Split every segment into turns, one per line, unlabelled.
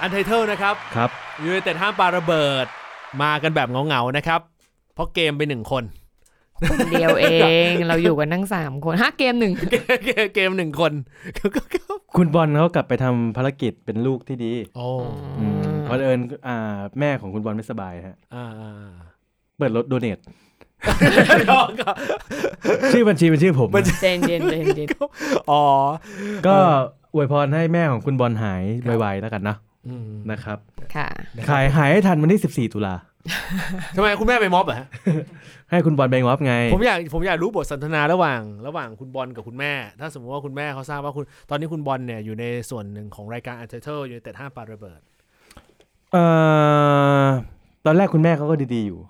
อันไทเทิลนะครับ
ครับ
ยูไนเต็ดห้ามปาระเบิด มากันแบบเหงาๆนะครับ เพราะเกมไปหนึ่งคน
คนเดียวเองเราอยู่กันทั้งสามคนห้าเกมหนึ่ง
เกมหนึ่งคน
คุณบอลเขากลับไปทำภารกิจเป็นลูกที่ดี
โอ้
อืมเพราะเอิญอ่าแม่ของคุณบอลไม่สบายฮะ
อ่า
เปิดรถโดเนท
ๆ
ชื่อบัญชีเป็นชื่อผม
เจนเจนเจนเจน
อ๋อ
ก็อวยพรให้แม่ของคุณบอลหายไวๆแล้วกันนะ
อืม
นะครับ
ค่ะ
ขายหายให้ทันวันที่ 14 ตุลา
ทำไมคุณแม่ไปม็อบเหรอฮะ
ให้คุณบอลไปงอบไง
ผมอยากผมอยากรู้บทสนทนาระหว่าง ระหว่างคุณบอลกับคุณแม่ ถ้าสมมติว่าคุณแม่เขาทราบว่าคุณตอนนี้คุณบอลเนี่ยอยู่ในส่วนหนึ่งของรายการอันเทอร์อยู่แต่ห้ามปาระเบิด
เอ่อตอนแรกคุณแม่เขาก็ดีๆอยู่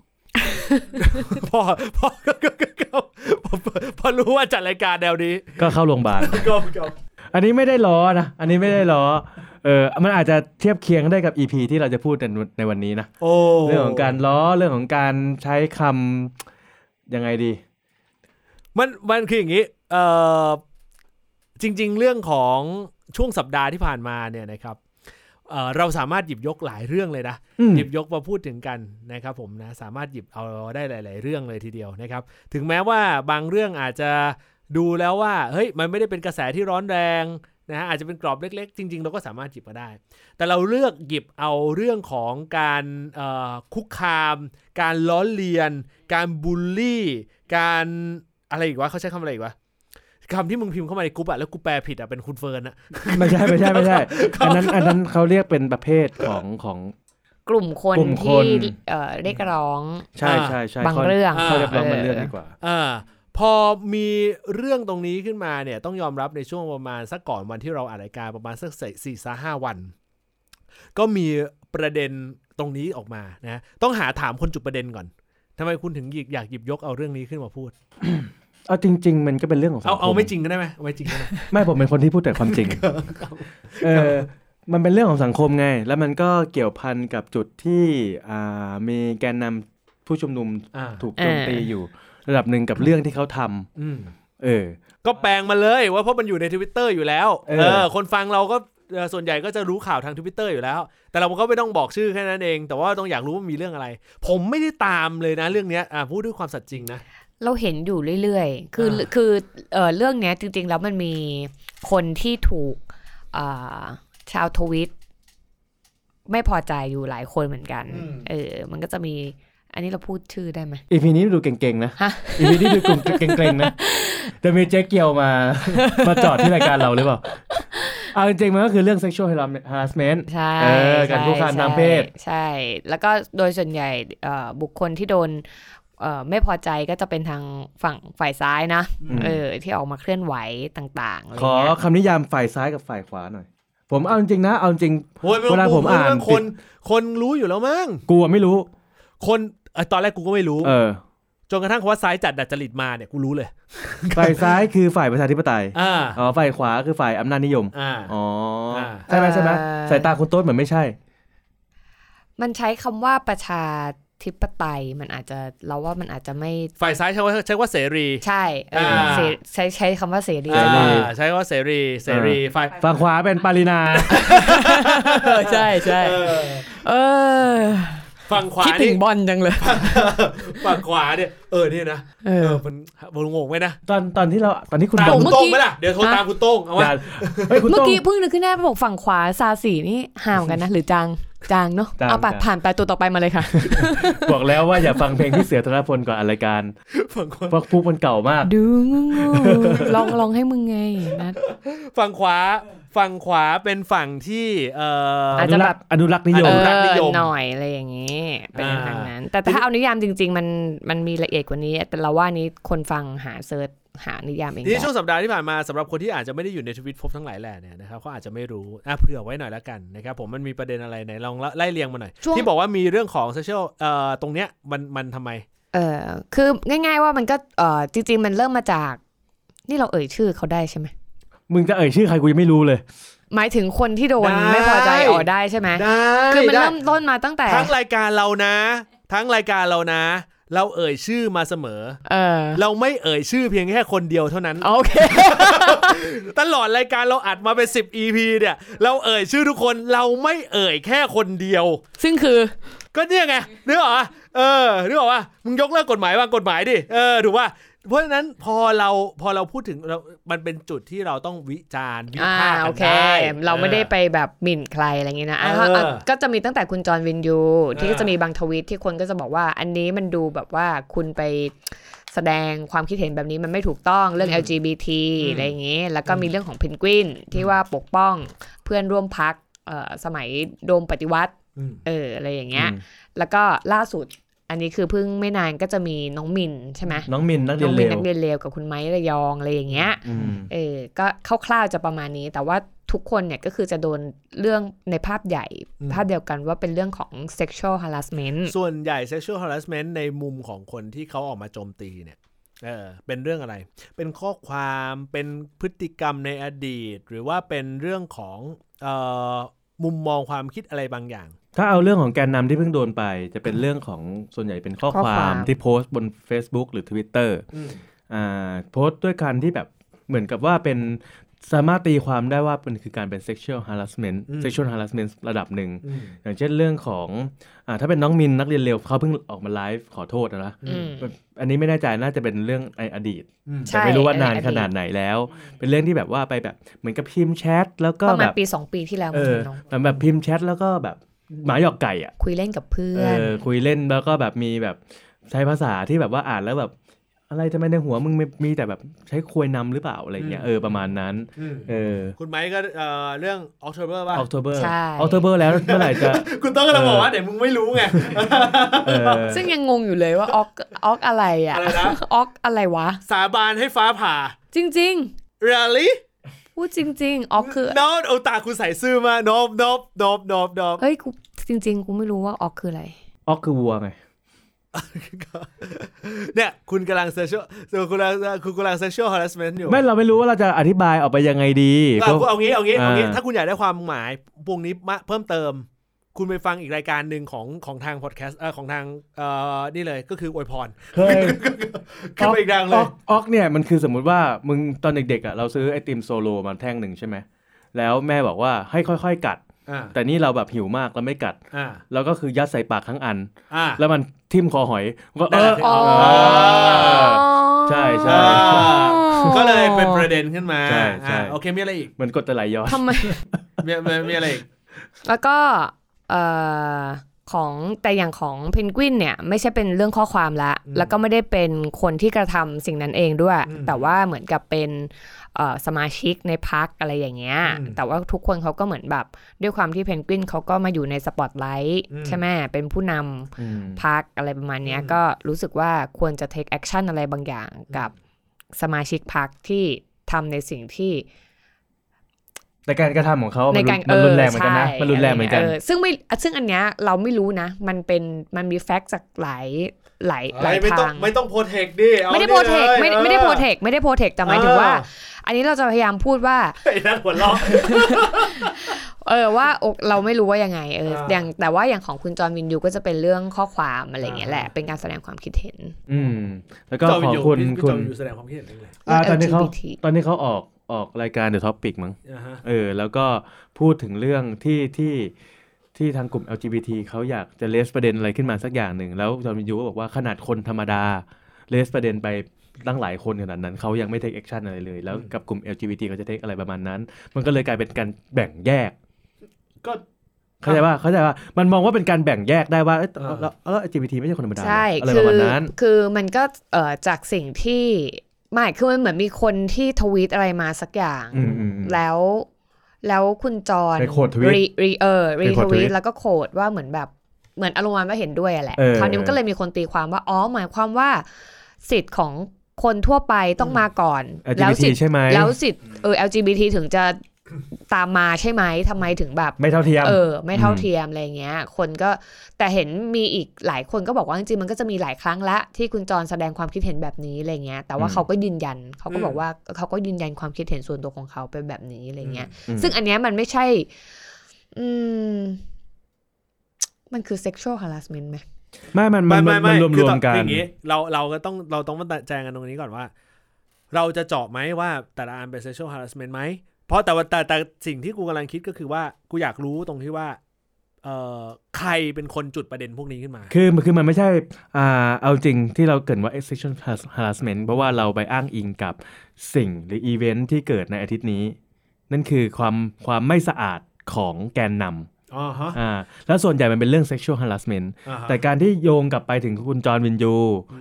พ่อพ่อก็ก็ก็ก็ผมพอรู้ว่าจัดรายการแนวนี้
ก็ เข้าโรงพยาบาล
ก็ก็
อันนี้ไม่ได้ล้อนะ อันนี้ไม่ได้ล้อ เออ มันอาจจะเทียบเคียงได้กับ EP ที่เราจะพูดกันในวันนี้นะ
โอ้
เรื่องของการล้อ เรื่องของการใช้คำยังไงดี
มันมันคืออย่างนี้เอ่อจริง ๆ เรื่องของช่วงสัปดาห์ที่ผ่านมาเนี่ยนะครับเอ่อเราสามารถหยิบยกหลายเรื่องเลยนะ
อืม
หยิบยกมาพูดถึงกันนะครับผมนะสามารถหยิบเอาได้หลาย ๆ เรื่องเลยทีเดียวนะครับ ถึงแม้ว่าบางเรื่องอาจจะดูแล้วว่าเฮ้ยมันไม่ได้เป็นกระแสที่ร้อนแรงนะฮะอาจจะเป็นกรอบเล็ก ๆ จริง ๆ เราก็สามารถหยิบมาได้ แต่เราเลือกหยิบเอาเรื่องของการเอ่อคุกคาม การล้อเลียน การบูลลี่ การอะไรอีกวะเขาใช้คำอะไรอีกวะคำที่มึงพิมพ์เข้ามาในกรุ๊ปอะแล้วกูแปลผิดอะเป็นคุณเฟิร์นอะ
ไม่ใช่ไม่ใช่ไม่ ใช่ อันนั้นอันนั้นเขาเรียกเป็นประเภทของของ
กลุ่มคน
กลุ่มคน
ที่เอ่อเรียกร้อง
ใช่
อ่า
ใช่ใช่
บางเรื่อง
เขาเรียกร้องมัน
เออ
เรื่องดีกว่า
อ่าพอมีเรื่องตรงนี้ขึ้นมาเนี่ยต้องยอมรับในช่วงประมาณสักก่อนวันที่เราอ่านรายการประมาณสักสี่สห้าวัน ก็มีประเด็นตรงนี้ออกมานะต้องหาถามคนจุดประเด็นก่อนทำไมคุณถึงหยิบอยากหยิบยกเอาเรื่องนี้ขึ้นมาพูด
เอาจริง ๆ มันก็เป็นเรื่องของสังค
เอา
ม
เอาไม่จริงก็ได้ไหมเอาไม่จริงก็ได้
ไม่ผมเป็นคนที่พูดแต่ความจริง เออมันเป็นเรื่องของสังคมไง แล้วมันก็เกี่ยวพันกับจุดที่อ่ามีแกนนำผู้ชุมนุม
อ่า
ถูกโจมตี
เออ
อ
อ
ยู่ระดับหนึ่งกับเรื่องที่เขาทำ
อืม
เออ
ก็แปลงมาเลยว่าเพราะมันอยู่ในทวิตเตอร์อยู่แล้ว
เออ
คนฟังเราก็เอ่อส่วนใหญ่ก็จะรู้ข่าวทางทวิตเตอร์อยู่แล้ว แต่เราก็ไม่ต้องบอกชื่อแค่นั้นเอง แต่ว่าต้องอยากรู้ว่ามีเรื่องอะไร ผมไม่ได้ตามเลยนะเรื่องเนี้ยอ่ะพูดด้วยความสัตย์จริงนะ
เราเห็นอยู่เรื่อยๆ คือ
อ่า
คือเอ่อเรื่องเนี้ยจริงๆ แล้วมันมีคนที่ถูกเอ่อชาวทวิต ไม่พอใจอยู่หลายคนเหมือนกัน เออ มันก็จะมี อันนี้เราพูดชื่อได้ไหม
อีพีนี้ดูเก่งๆนะ
ฮะ
อีพีนี้ดูกลุ่มเก่งๆนะจะมีเจ๊เกียวมา มาจอดที่รายการเราหรือเปล่าเอาจริงๆมันก็คือเรื่อง sexual harassment
ใช่
เออการ
ใช่
คุกคามทางเพศ
ใช่ใช่ แล้วก็โดยส่วนใหญ่เอ่อบุคคลที่โดนเอ่อไม่พอใจก็จะเป็นทางฝั่งฝ่ายซ้ายนะ เออ ที่ออกมาเคลื่อนไหวต่างๆอะไร
ขอ
เงี้ย
คำนิยามฝ่ายซ้ายกับฝ่ายขวาหน่อย ผมเอาจริงๆนะเอาจริง
โอ้ย
เวลาผมอ่าน
คน คนรู้อยู่แล้วมั้ง
กลัวไม่รู้
คนเอ่อตอนแรกกูก็ไม่รู้
เออ
จนกระทั่งคำว่าซ้ายจัดดัดจริตมาเนี่ยกูรู้เลย
ฝ่ายซ้ายคือฝ่ายประชาธิปไตย
อ่า
อ๋อ ฝ่ายขวาคือฝ่ายอำนาจนิยม
อ่า
อ๋ออา ใช่ไหมใช่ไหมสายตาคุณโต๊ดเหมือนไม่ใช่
มันใช้คำว่าประชาธิปไตยมันอาจจะเราว่ามันอาจจะไม่
ฝ่ายซ้ายใช้ว่าใช้ว่าเสรี
ใช่เออ
อ่า
เสใช้ใช้คำว่าเสรี
เสรี
อ่าใช้ว่าเสรีเสรีฝ่าย
ฝั่งขวาเป็นปารินา
ใช่ใช่
เออ
เออ
ฝั่งขวา
คิดถึ
นี่
งบอลจังเลย
ฝั่งขวาเนี่ยเออเนี่ยนะ
เอ
เอ
อ
อมันมันงงไหมนะ
ตอนตอนที่เราตอนที่คุณ
ตาม
บอล
คุณ
เมื่อ
โต้
กี้
งไหมล่ะเดี๋ยวโทร
ฮะ
ตามคุณโต้งเอา
อ
ว่า
ย่าเฮ้ยคุณ
เมื่อ
โต้ง
กี้เพิ่งนึกขึ้นได้บอกฝั่งขวาซาสีนี่ห่างกันนะ หรือจางจางเนาะ
จาง
เอาปะ
จาง
ผ่านไปตัวต่อไปมาเลยค่ะ
บอกแล้วว่าอย่าฟังเพลงที่เสือธนพลก่อนอะไรายการ
ฝั่งขวา
เพราะพวกมันเก่ามาก
ดูงูลองลองให้มึงไงนะ
ฝั่งขวาฝั่งขวาเป็นฝั่งที่เออ
อนุรักษ์อนุรักษ์นิย
เอ
ม
รักนิยม
อหน่อยอะไรอย่างนี้ เป็น
อ่า
ทางนั้น แต่ถ้าเอานิยามจริง ๆ มันมันมีละเอียดกว่านี้ แต่เราว่านี้คนฟังหาเซิร์ชหานิยามเอง
นี่
ได้
ช่วงสัปดาห์ที่ผ่านมาสำหรับคนที่อาจจะไม่ได้อยู่ในทวิตพบทั้งหลายแหล่เนี่ยนะครับเขาอาจจะไม่รู้อ่ะเผื่อไว้หน่อยละกันนะครับผมมันมีประเด็นอะไรไหนลองไล่เรียงมาหน่อย ที่บอกว่ามีเรื่องของโซเชียลเอ่อตรงเนี้ยมันมันทำไม
เออคือง่าย ๆ ว่ามันก็เออจริง ๆ มันเริ่มมาจาก นี่เราเอ่ยชื่อเขาได้ใช่ไหม
มึงจะเอ่ยชื่อใครกูยังไม่รู้เลย
หมายถึงคนที่โดน
ได้
ไม่พอใจอ๋อได้ใช่ไหม
ได้
คือมันเริ่มต้นมาตั้งแต่
ทั้งรายการเรานะ ทั้งรายการเรานะ เราเอ่ยชื่อมาเสมอ
เออ
เราไม่เอ่ยชื่อเพียงแค่คนเดียวเท่านั้น
โอเค
ตลอดรายการเราอัดมาเป็น 10 EP เนี่ย เราเอ่ยชื่อทุกคนเราไม่เอ่ยแค่คนเดียว
ซึ่งคือ
ก็เนี่ยไงนึกออกปะเออนึกออกปะมึงยกเลิกกฎหมายว่างกฎหมายดิเออถูกป่ะเพราะฉะนั้นพอเราพอเราพูดถึงเรา มันเป็นจุดที่เราต้องวิจารณ์วิ
อ่า
พากษ์
โอ
กัน
เค
ได้
เราไม่ได้ไปแบบหมิ่นใครอะไรอย่างนี้นะอ่ะ
เออ
ก็ก็จะมีตั้งแต่คุณจอร์นวินยู ที่
เออ
ก็จะมีบางทวีตที่คนก็จะบอกว่า อันนี้มันดูแบบว่าคุณไปแสดงความคิดเห็นแบบนี้มันไม่ถูกต้องเรื่อง LGBT อะไรอย่างนี้ แล้วก็มีเรื่องของเพนกวินที่ว่าปกป้องเพื่อนร่วมพักสมัยโดมปฏิวัติ
อืม
เอออะไรอย่างเงี้ย แล้วก็ล่าสุดอันนี้คือเพิ่งไม่นานก็จะมีน้องมินใช่ไหม
น้องมินนักเรี
น้
ย
อน ง
เล
มิน
ว
นักเรียนเลวกับคุณไม้ระยองอะไรอย่างเงี้ย
อืม
เออ ก็คร่าวๆจะประมาณนี้ แต่ว่าทุกคนเนี่ยก็คือจะโดนเรื่องในภาพใหญ่ ภาพเดียวกันว่าเป็นเรื่องของ sexual harassment
ส่วนใหญ่ sexual harassment ในมุมของคนที่เขาออกมาโจมตีเนี่ยเออเป็นเรื่องอะไร เป็นข้อความเป็นพฤติกรรมในอดีต หรือว่าเป็นเรื่องของเอ่อมุมมองความคิดอะไรบางอย่าง
ถ้าเอาเรื่องของแกนนำที่เพิ่งโดนไป จะเป็นเรื่องของส่วนใหญ่เป็นข้อ
ข้อ
ค
ควาว
าม มที่โพสต์บน Facebook หรือ Twitter อ่าโพสต์ด้วยการที่แบบเหมือนกับว่าเป็นสามารถตีความได้ว่ามันคือการเป็น sexual harassment
อืม
sexual harassment ระดับหนึ่ง อย่างเช่นเรื่องของอ่าถ้าเป็นน้องมินนักเรียนเลวเขาเพิ่งออกมาไลฟ์ขอโทษนะนะ
อืม
อันนี้ไม่แน่ใจน่าจะเป็นเรื่องในอดีต
อืม
ใช่
แต่ไม่รู้ว่า
ใน
นาน
อดีต
ขนาดไหนแล้ว เป็นเรื่องที่แบบว่าไปแบบเหมือนกับพิมพ์แชทแล้วก็
ประมา
แบ
ณ
บ
ปีสองปีที่แล้ว
เออ
น้อง
เหมือนแบบพิมพ์แชทแล้วก็แบบหมาหยอกไก่อ่ะ
คุยเล่นกับเพื่
เอ
อน
อคุยเล่นแล้วก็แบบมีแบบใช้ภาษาที่แบบว่าอ่านแล้วแบบ อะไรทำไมในหัวมึงมีมีแต่แบบใช้ควยนำหรือเปล่าอะไรเงี้ย
อืม
เออประมาณนั้น
อืม
เออ
คุณไม้ก็เอ่อเรื่อง October ป่ะ
ออกเทเบอร์
ใช่
ออกเทเบอร์แล้วเมื่อไหร่จะ
คุณต้องกำลังบอกว่าเดี๋ยวมึงไม่รู้ไง
เออ
ซึ่งยังงงอยู่เลยว่าออกออกอะไรอ่ะ
อะไรนะ
ออกอะไรวะ
สาบานให้ฟ้าผ่า
จริง
really
ๆ พูดจริง ๆ ออกคือ
น้องโอตาคุณใส่ซื่อมานอบนอบนอบนอบนอบ
เฮ้ยกูจริง ๆ กูไม่รู้ว่าออกคืออะไร
ออกคือวัวไง
เนี่ยคุณกำลังเซชวลคุณกำลังคุณกำลังเซชวลฮาร์สเมนต์อยู่
ไม่เราไม่รู้ว่าเราจะอธิบายออกไปยังไงดี
อ่ะ
ก็
คุณเอางี้เอางี้เอางี้
อ่า
ถ้าคุณอยากได้ความหมายพวกนี้มาเพิ่มเติม คุณไปฟังอีกรายการหนึ่งของของทางพอดแคสต์เอ่อของทางเอ่อนี่เลยก็คืออวยพร
เคย
ขึ้นไปอีกดังเล
อย อกออกเนี่ยมันคือสมมุติว่ามึงตอนเด็กๆอ่ะเราซื้อไอติมโซโลมาแท่งหนึ่งใช่ไหมแล้วแม่บอกว่าให้ค่อยๆกัด
อ่า
แต่นี่เราแบบหิวมากเราไม่กัด
อ่า
เราก็คือยัดใส่ปากทั้งอัน
อ่า
แล้วมันทิ่มคอหอยก็เอ
นั่นแห
อ
ละ
เออ ใช่ใช่
ก็เลยเป็นประเด็นขึ้นมา
ใช่ใช่
อ่าโอเคมีอะไรอีก
เหมือนกดจะไหลย้อน
ทำไม
มีมีมีอะไรอีก
แล้วก็เอ่อของแต่อย่างของเพนกวินเนี่ย ไม่ใช่เป็นเรื่องข้อความละ
อืม
แล้วก็ไม่ได้เป็นคนที่กระทำสิ่งนั้นเองด้วย
อืม
แต่ว่าเหมือนกับเป็นเอ่อสมาชิกในพักอะไรอย่างเงี้ย
อืม
แต่ว่าทุกคนเขาก็เหมือนแบบด้วยความที่เพนกวินเขาก็มาอยู่ในสปอตไลท์
อืม
ใช่ไหมเป็นผู้นำพักอะไรประมาณเนี้ย
อืม
ก็รู้สึกว่าควรจะ take action อะไรบางอย่างกับสมาชิกพักที่ทำในสิ่งที่
แต่การกระทำของเขาอะ
ใน
มันรุ
การ
นมันรุนแรงเหมือนกันนะ
ใช่
มันรุนแรงเหมือนกัน
ะไย่างงี้ยซึ่งไม่ซึ่งอันเนี้ยเราไม่รู้นะ มันเป็นมันมีแฟกต์จากหลายหลายหลาย
ไม่ต้อ
ทาง ง
ไม่ต้องโปรเทคดิอา
ไม่ได้
นี่
โปรเทค
ลย
ไม่
ออ
ไม่ได้โปรเทคไม่ได้โปรเทคแต่หมายถึง
เออ
ว่า อันนี้เราจะพยายามพูดว่า
ไอ้นั่นหัวเราะ
เออว่าอกเราไม่รู้ว่ายังไงเออ
เออ
อ
อ
ย่างแต่ว่าอย่างของคุณจอห์นวินยูก็จะเป็นเรื่องข้อความอะไรอย่างเงี้ย
อ่า
แหละเป็นการแสดงความคิดเห็น
อืม แล้ว ก็ขอบคุณ
พี่พี่
คุ
จอ
ณ
มอยู่แสดงความคิดเห็นเรื่องอะไร
อ่าตอนนี้เขา
LGBT
ตอนนี้เขาออกออกรายการ The Topic มั้ง
อ่าฮะ
เออ แล้วก็พูดถึงเรื่องที่ที่ที่ทางกลุ่ม LGBT เขาอยากจะเลสประเด็นอะไรขึ้นมาสักอย่างหนึ่ง แล้วจอห์นวินยูก็บอกว่าขนาดคนธรรมดาเลสประเด็นไปตั้งหลายคนขนาดนั้นเขายังไม่ take action อะไรเลย แล้วกับกลุ่ม LGBT เขาจะ take อะไรประมาณนั้น มันก็เลยกลายเป็นการแบ่งแยก
ก็
เข้าใจว่าเข้าใจว่ามันมองว่าเป็นการแบ่งแยกได้ว่าเอ้ยเราเราเรา LGBT ไม่ใช่คนธรรมดา
ใช่
อะไรป
คื
ระ
อ
มาณนั้น
คือมันก็เอ่อจากสิ่งที่ไม่คือมันเหมือนมีคนที่ทวีตอะไรมาสักอย่าง
อืมอืมอืม
แล้วแล้วคุณจอห์น
ไปโคตรทวีต
รีรีเออรี
ไปโค
ท
ตรทวี
วี
ต
ตแล้วก็โคดว่าเหมือนแบบเหมือนอารมณ์ว่าเห็นด้วยอะแหละ
เออ
คราวนี้มันก็เลยมีคนตีความว่าอ๋อหมายความว่า สิทธิ์ของคนทั่วไปต้องมาก่อน
LGBT
แล้วสิทธิ์
ใช่ไหม
แล้วสิทธิ์เออ LGBT ถึงจะตามมาใช่ไหมทำไมถึงแบบ
ไม่เท่าเทียม
เออ ไม่เท่า
อืม
เทียมอะไรเงี้ย คนก็แต่เห็นมีอีกหลายคนก็บอกว่าจริงๆมันก็จะมีหลายครั้งละที่คุณจรแสดงความคิดเห็นแบบนี้อะไรเงี้ย แต่ว่าเขาก็ยืนยันเขาก็บอกว่าเขาก็ยืนยันความคิดเห็นส่วนตัวของเขาเป็นแบบนี้อะไรเงี้ย ซึ่งอันเนี้ยมันไม่ใช่ อืม มันคือ sexual harassment ไหม
ไม่มันมันมันมันรวม
คือ
รว
ตอ
ม
น
กัน
อย่างงี้เราเราก็ต้องเราต้องมาแจงกันตรงนี้ก่อนว่า เราจะเจาะไหมว่าแต่ละอันเป็น sexual harassment ไหม เพราะแต่ว่าแต่แต่สิ่งที่กูกำลังคิดก็คือว่ากูอยากรู้ตรงที่ว่าเอ่อใครเป็นคนจุดประเด็นพวกนี้ขึ้นมา
คือมันคือมันไม่ใช่อ่าเอาจริงที่เราเกริดว่า sexual harassment เพราะว่าเราไปอ้างอิงกับสิ่งหรืออีเวนท์ที่เกิดในอาทิตย์นี้ นั่นคือความความไม่สะอาดของแกนนำ
อ๋อฮะ
อ่าแล้วส่วนใหญ่มันเป็นเรื่อง sexual harassment
อ่าฮะ
แต่การที่โยงกลับไปถึงคุณจอร์นวินยู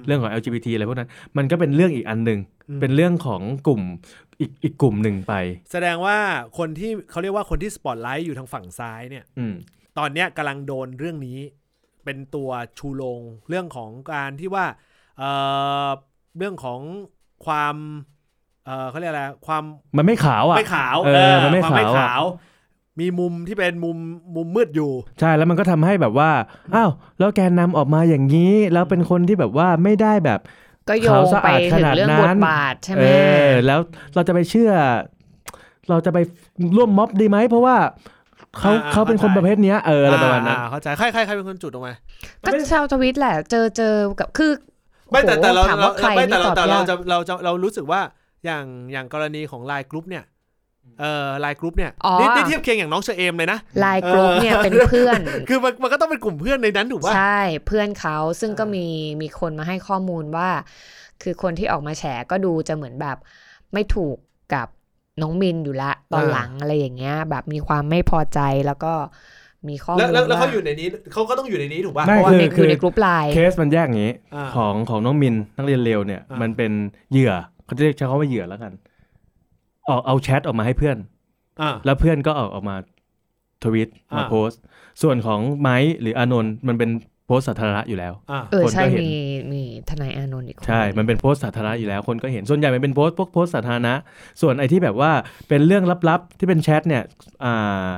เรื่องของ LGBT อะไรพวกนั้น มันก็เป็นเรื่องอีกอันหนึ่งเป็นเรื่องของกลุ่มอีกอีกกลุ่มหนึ่งไป
แสดงว่าคนที่เขาเรียกว่าคนที่สปอตไลท์อยู่ทางฝั่งซ้ายเนี่ย
อืม
ตอนเนี้ยกำลังโดนเรื่องนี้ เป็นตัวชูโรงเรื่องของการที่ว่าเอ่อเรื่องของความเอ่อเขาเรียกอะไรความ
มันไม่ขาวอ่ะ
ไม่ขาว
เออมันไม่
ควา
ขาวอะ
มีมุมที่เป็นมุมมุมมืดอยู่
ใช่แล้วมันก็ทำให้แบบว่าอ้าวแล้วแกนนำออกมาอย่างนี้ แล้วเป็นคนที่แบบว่าไม่ได้แบบ
ก็โยงไปถึงเรื่องบทบาทใช่ไหม
เออแล้วเราจะไปเชื่อ เราจะไปร่วมม็อบดีไหม เพราะว่าเขา
อ่าอ่า
เขาเป็นคน
เข้าใจ
ประเภทเนี้ยเอออะไรประมาณนั้น
อ่เข้าใจใครใครใครเป็นคนจุดออกมา
ก็ชาวทวิตแหละ เจอเจอกับคือ
ไม่แต่
โอ้โห
แต่เรา
ถาม
เรา
ว่าใคร
ไม่แต่
นี่
เรา
ตอบ
แต่
ยา
เรา
ก
จะเราจะเรารู้สึกว่าอย่างอย่างกรณีของไลน์กรุ๊ปเนี่ยเอ่อไลน์กรุ๊ปเนี่ยนี่นี่เทียบเคียงอย่างน้องเชอเอมเลยนะ
ไลน์กลุ่มเนี่ยเป็นเพื่อน
คือมันมันก็ต้องเป็นกลุ่มเพื่อนในนั้นถูกป่ะ
ใช่เพื่อนเขาซึ่งก็
อ่ามี
มีมีคนมาให้ข้อมูลว่า คือคนที่ออกมาแฉก็ดูจะเหมือนแบบไม่ถูกกับน้องมินอยู่ละตอนหลังอะไรอย่างเงี้ย แบบมีความไม่พอใจแล้วก็มีข้อมูล
แล้วแล้วแล้ว
ว่า
เขาอยู่ในนี้เขาก็ต้องอยู่ในนี้ถูกป่ะ
ไม่
เพราะว่า
คื
ใน
คื
คือ อในกลุ่มไลน์
เคสมันแยกอย่างนี้
อ่า
ของของน้องมินนักเรียนเลวเนี่ย
อ่ามั
มันเป็นเหยื่อเขาจะเรียกใช้คำว่าเหยื่อแล้วกันออกเอาแชทออกมาให้เพื่อน
อ่า
แล้วเพื่อนก็ออกออกมาทวิตมา
อ่า
โพสต์ ส่วนของไม้หรืออานนท์มันเป็นโพสต์สาธารณะอยู่แล้ว
อ่า
เออใช่
คนก็เห็น
มีมีทนายอานนท์อีกคน
ใช่ มันเป็นโพสต์สาธารณะอยู่แล้ว คนก็เห็น ส่วนใหญ่มันเป็นโพสต์พวกโพสต์สาธารณะ ส่วนไอ้ที่แบบว่าเป็นเรื่องลับๆ ที่เป็นแชทเนี่ย อ่า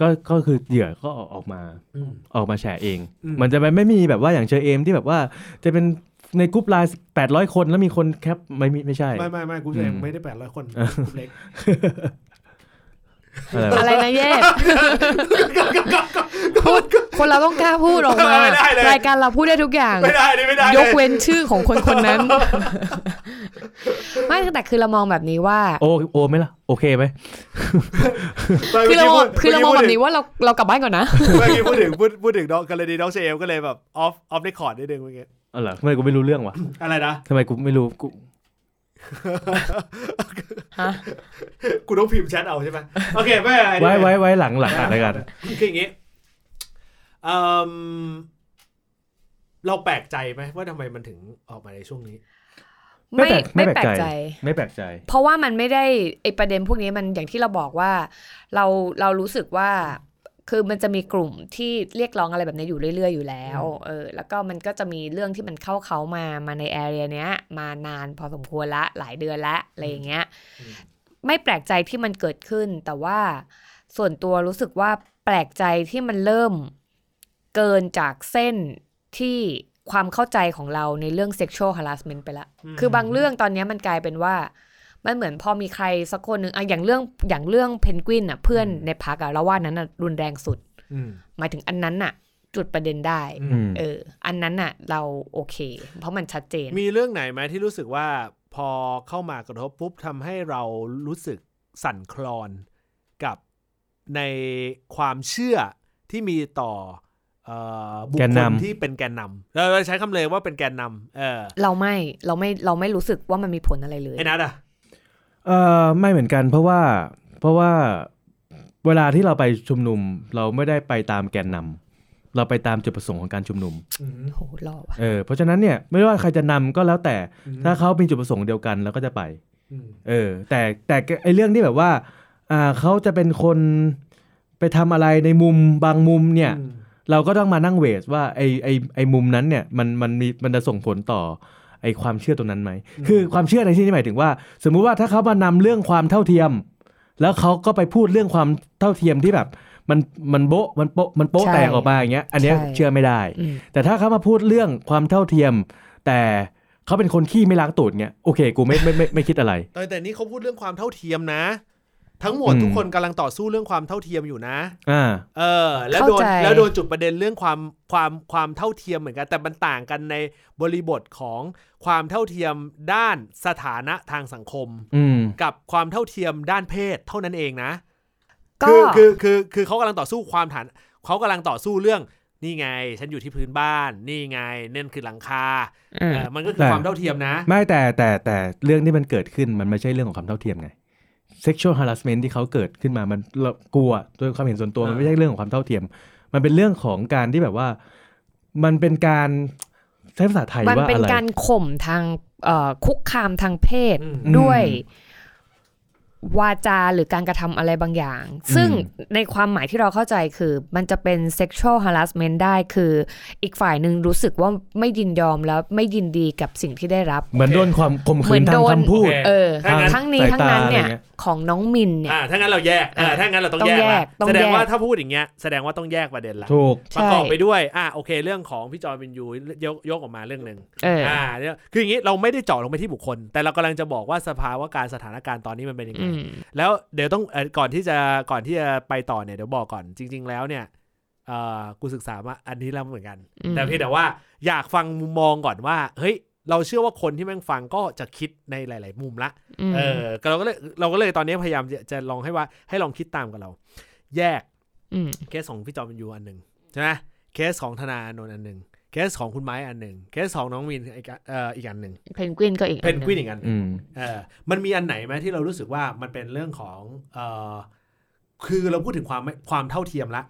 ก็ ก็คือเหยื่อก็ออกออกมา
อืม
ออกมาแชร์เอง
อืม
มันจะไม่มีแบบว่าอย่างเชอเอมที่แบบว่า จะเป็นในกรุ๊ปไลน์800 คนแล้วมีคนแคปไม่มีไม่ใช่
ไม่ไม่ไม่กูเชอเอมไม่ได้แปดร้อย คนกลุ่มเล็ก
อะไร
อะไร
วะ
นะเย่พูดคนเราต้องกล้าพูดออกมา
ไม่ได้เลย
รายการเราพูดได้ทุกอย่าง
ไม่ได้นี่ไม่ได้
ยกเว้นชื่อของคนคน นั้น ไม่แต่คือเรามองแบบนี้ว่า
โอโอไหมล่ะ โอเคไหม
คือเรามองคือเรามอง
พู
แบ
ด
บ
ถึ
นี้ว่าเราเรากลับบ้านก่อนนะ
เมื่อกี้พูดถึงพูดพูดถึงน้องกรณีน้องเชลก็เลยแบบออฟออฟเรคคอร์ดนิดนึงเมื่อกี้
อ๋อเหรอทำไมกูไม่รู้เรื่องวะ
อะไรนะ
ทำไมกูไม่รู้กู
กูต้องพิมพ์แชทเอาใช่ไหม โอเคไม่เป็นร
ไว้ไว้ไว้หลังหลังอ่านแล้วกัน
คืออย่างงี้เอิ่มเราแปลกใจไหมว่าทำไมมันถึงออกมาในช่วงนี้
ไม่
ไม่
แปลกไม่
ไม่แป
แปล
ลก
ก
ใจ
ใจ ไม่แปลกใจ
เพราะว่ามันไม่ได้ไอประเด็นพวกนี้มันอย่างที่เราบอกว่า เราเรารู้สึกว่า คือมันจะมีกลุ่มที่เรียกร้องอะไรแบบนี้อยู่เรื่อย ๆ อยู่แล้ว เออ แล้วก็มันก็จะมีเรื่องที่มันเข้าเขามามาในแอเรียเนี้ย มานานพอสมควรละหลายเดือนละอะไรอย่างเงี้ย
อืม
ไม่แปลกใจที่มันเกิดขึ้น แต่ว่าส่วนตัวรู้สึกว่าแปลกใจที่มันเริ่มเกินจากเส้นที่ความเข้าใจของเราในเรื่อง sexual harassment ไปละ
อืม
คือบางเรื่องตอนเนี้ยมันกลายเป็นว่า มันเหมือนพอมีใครสักคนหนึ่งอะอย่างเรื่องอย่างเรื่องเพนกวินอ่ะเพื่อนในพักอ่ะเราว่านั้นอ่ะรุนแรงสุด
อืม
หมายถึงอันนั้นอ่ะ จุดประเด็นได้
อืม
อืม
เออ อันนั้นอ่ะ เราโอเค เพราะมันชัดเจน
มีเรื่องไหนไหมที่รู้สึกว่าพอเข้ามากระทบปุ๊บทำให้เรารู้สึกสั่นคลอนกับในความเชื่อที่มีต่อเอ่อบุค
แกน
คน
ำ
ลที่เป็นแกนนำเราเราใช้คำเลยว่าเป็นแกนนำเออ
เราไม่เราไม่เราไม่รู้สึกว่ามันมีผลอะไรเลย
ไอ้นัทอะ
เออไม่เหมือนกันเพราะว่าเพราะว่าเวลาที่เราไปชุมนุม เราไม่ได้ไปตามแกนนำเราไปตามจุดประสงค์ของการชุมนุม
โหหล่อว่ะ
เออเพราะฉะนั้นเนี่ยไม่ว่าใครจะนำก็แล้วแต่ถ้าเขามีจุดประสงค์เดียวกันเราก็จะไป
อืม
เออ แต่แต่ไอเรื่องที่แบบว่าอ่าเขาจะเป็นคนไปทำอะไรในมุมบางมุมเนี่ย เราก็ต้องมานั่งเวทว่าไอไอไอมุมนั้นเนี่ยมันมันมีมันจะส่งผลต่อไอความเชื่อตรงนั้นไหม
อืม
คือความเชื่อในที่นี้หมายถึงว่า สมมุติว่าถ้าเขามานำเรื่องความเท่าเทียม แล้วเขาก็ไปพูดเรื่องความเท่าเทียมที่แบบ มันมันโบะมันโปะมันโปะแตกออกมาอย่างเงี้ยอันเนี้ยเชื่อไม่ได้
อืม
แต่ถ้าเขามาพูดเรื่องความเท่าเทียม แต่เขาเป็นคนขี้ไม่ล้างตูดเงี้ยโอเค กูไม่ไม่ไม่ไม่ไม่คิดอะไร
แต่แต่นี่เขาพูดเรื่องความเท่าเทียมนะ ทั้งหมด
อืม
ทุกคนกำลังต่อสู้เรื่องความเท่าเทียมอยู่นะ
อ่า
เออ แล้วโดน
เข้าใจ
แล้วโดนจุดประเด็นเรื่องความความความเท่าเทียมเหมือนกัน แต่มันต่างกันในบริบทของความเท่าเทียมด้านสถานะทางสังคม
อืม
กับความเท่าเทียมด้านเพศเท่านั้นเองนะ
ก็
คือคือคือคือเขากำลังต่อสู้ความฐานเขากำลังต่อสู้เรื่องนี่ไง ฉันอยู่ที่พื้นบ้าน นี่ไงนั่นคือหลังคา
อืม
เออมันก็คือ
แต่
ความเท่าเทียมนะ
ไม่แต่แต่แต่เรื่องที่มันเกิดขึ้นมันไม่ใช่เรื่องของความเท่าเทียมไง sexual harassment ที่เขาเกิดขึ้นมามันเรากลัวโดยความเห็นส่วนตัว
อ่ามั
มันไม่ใช่เรื่องของความเท่าเทียม มันเป็นเรื่องของการที่แบบว่า มันเป็นการใช้ภาษาไทย
มัน
ว่า
เป็น
อะไร
การข่มทางเอ่อคุกคามทางเพศ
อืม
อืม
ด้วยวาจาหรือการกระทำอะไรบางอย่าง
อืม
ซึ่งในความหมายที่เราเข้าใจคือ มันจะเป็น sexual harassment ได้คืออีกฝ่ายหนึ่งรู้สึกว่าไม่ยินยอมแล้วไม่ยินดีกับสิ่งที่ได้รับ
เหมือนโดนความข่ม
เหมื
ขื
อนน
ทา
โด
ง
น
คำพูด
โอเค
เออ
ถ้างั้น
ทั้งนี้
สาย
ทั้ง
ตา
นั้นเนี่
อะ
ย
ไรเงี้ย
ของน้องมินเนี่ย
อ่าถ้างั้นเราแยกเออถ้างั้นเราต้อง
ต้อง
แยกละ
แยกต้อง
แสดงว่า
แยก
ถ้าพูดอย่างเงี้ยแสดงว่าต้องแยกประเด็นละ
ถูก
ประ
ใช่
กอบไปด้วยอ่าโอเค เรื่องของพี่จอร์นวินยูยกยกออกมาเรื่องหนึ่ง
เอออ่
อ่าเนี่ยคืออย่างงี้เราไม่ได้เจาะลงไปที่บุคคล แต่เรากำลังจะบอกว่าสภาวะการสถานการณ์ตอนนี้มันเป็นยังไง
อืม
แล้วเดี๋ยวต้องเอ่อก่อนที่จะก่อนที่จะไปต่อเนี่ยเดี๋ยวบอกก่อนจริง ๆ แล้วเนี่ยเอ่อกูศึกษามาอันนี้แล้วเหมือนกัน
อืม
แต่เพียงแต่ว่าอยากฟังมุมมองก่อนว่า เฮ้ย เราเชื่อว่าคนที่แม่งฟังก็จะคิดในหลาย ๆ มุมละ
ม
เออก็เราก็เลยเราก็เลยตอนนี้พยายามจะจะลองให้ว่าให้ลองคิดตามกับเรา แยก
ม
เคสของพี่จอมยูอันหนึ่งใช่ไหมเคสของธนาอานนท์อันหนึ่งเคสของคุณไม้อันหนึ่งเคสของน้องวินอีกอันเอ่ออีกอันหนึ่ง
เพนกวินก็อีก
เพนกวินอีกอันหนึ่ง
อืม
เออมันมีอันไหนไหมที่เรารู้สึกว่ามันเป็นเรื่องของเออคือเราพูดถึงความไม่ความเท่าเทียมละ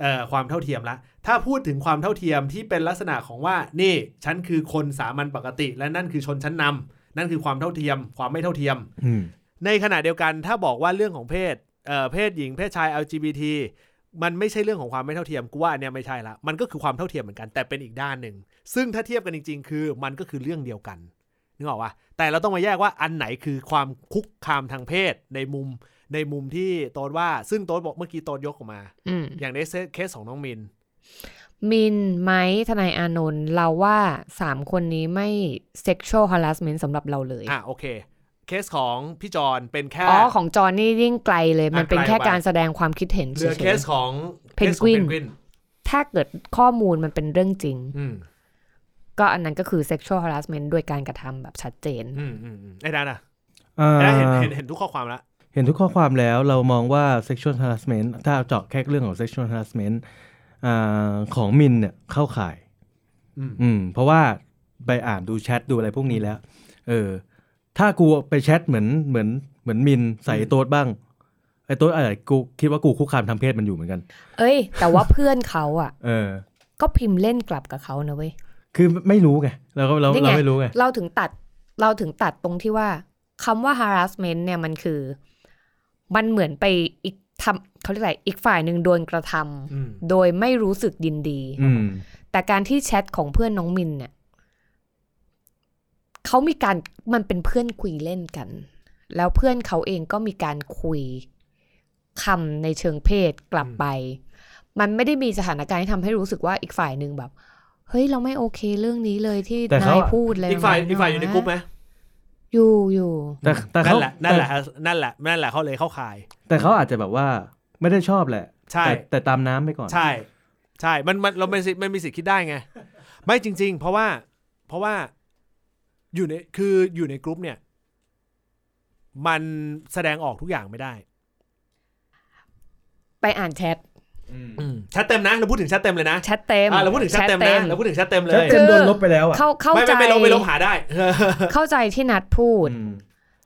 เออความเท่าเทียมละ ถ้าพูดถึงความเท่าเทียมที่เป็นลักษณะของว่า นี่ฉันคือคนสามัญปกติ และนั่นคือชนชั้นนำนั่นคือความเท่าเทียม ความไม่เท่าเทียม
อืม
ในขณะเดียวกันถ้าบอกว่าเรื่องของเพศเอ่อเพศหญิงเพศชาย LGBT มันไม่ใช่เรื่องของความไม่เท่าเทียมกูว่าอันเนี้ยไม่ใช่ละมันก็คือความเท่าเทียมเหมือนกันแต่เป็นอีกด้านหนึ่งซึ่งถ้าเทียบกันจริง ๆ คือมันก็คือเรื่องเดียวกันนึกออกปะแต่เราต้องมาแยกว่าอันไหนคือความคุกคามทางเพศในมุมในมุมที่โตนว่า ซึ่งโตนบอกเมื่อกี้โตนยกออกมา
อืม
อย่างในเคสของน้องมิน
มินไม้ทนายอานนท์เราว่าสามคนนี้ไม่ sexual harassment สำหรับเราเลย
อ่ะโอเค เคสของพี่จอนเป็นแค่
อ๋อ ของจอห์นนี่ยิ่งไกลเลย
อ่ะ
มันเป็น
ไกล
แค่
ไป
การแสดงความคิดเห็น
เห
เฉ
ลือย เคสของ
เพนกวิน
เคสของเพนกวิน
ๆถ้าเกิดข้อมูลมันเป็นเรื่องจริง
อืม
ก็อันนั้นก็คือ sexual harassment ด้วยการกระทำแบบชัดเจน
อืมอืมอืมไอ้ดานอ่ะ
อ่า
ไอ้ดานเห็นเห็นเห็นทุกข้อความละ
เห็นทุกข้อความแล้วเรามองว่า sexual harassment ถ้าเจาะแค่เรื่องของ sexual harassment อาของมินเนี่ยเข้าข่าย
อืม
อืม เพราะว่าไปอ่านดูแชทดูอะไรพวกนี้แล้ว เออ ถ้ากูไปแชทเหมือนเหมือนเหมือนมินใส่ไอ้โต๊ดบ้าง ไอ้โต๊ดอะไรกูคิดว่ากูคุกคามทางเพศมันอยู่เหมือนกัน
เอ้ย แต่ว่าเพื่อนเขาอ่ะ
เออ
ก็พิมพ์เล่นกลับกับเขานะเว้ย
คือไม่รู้ไงเราก็เรา
นี่ไง
เราไม่รู้ไง
เราถึงตัดเราถึงตัดตรงที่ว่าคำว่า harassment เนี่ยมันคือ มันเหมือนไปอีกทำเขาเรียกอะไรอีกฝ่ายหนึ่งโดนกระทำ
อืม
โดยไม่รู้สึกยินดี
อืม
แต่การที่แชทของเพื่อนน้องมินเนี่ยเขามีการมันเป็นเพื่อนคุยเล่นกัน แล้วเพื่อนเขาเองก็มีการคุยคำในเชิงเพศกลับไป มันไม่ได้มีสถานการณ์ที่ทำให้รู้สึกว่าอีกฝ่ายหนึ่งแบบ เฮ้ยเราไม่โอเคเรื่องนี้เลยที่
แต่
นา
เขา
ยพูดเลย
อีกฝ่าย
ะ
อีกฝ่ายอยู่ในกรุ๊ปไหม
อยู่อยู่
แต่แต่
นั่
เขา
นแหละนั่นแหละนั่นแหละนั่นแหละเขาเลยเข้าขาย
แต่เขาอาจจะแบบว่าไม่ได้ชอบแหละ
ใช่
แต่แต่ตามน้ำไปก่อน
ใช่ ใช่ มันมันเราเป็นสิทธิ์มันมีสิทธิ์คิดได้ไง ไม่จริง ๆ เพราะว่า เพราะว่าอยู่ในคืออยู่ในกรุ๊ปเนี่ย มันแสดงออกทุกอย่างไม่ได้
ไปอ่านแชท
ชัดเต็มนะเราพูดถึงชัดเต็มเลยนะ
แชทเต็ม
อ่าเราพูดถึงชัดเต็มนะเราพูดถึงชัดเต็มเลย
เต็มโดนลบไปแล้วอ่ะ
เข้าเข้า
ไม่
ใจ
ไม่ไม่ลงไม่ลงหาได้
เข้าใจที่นัดพูด
อืม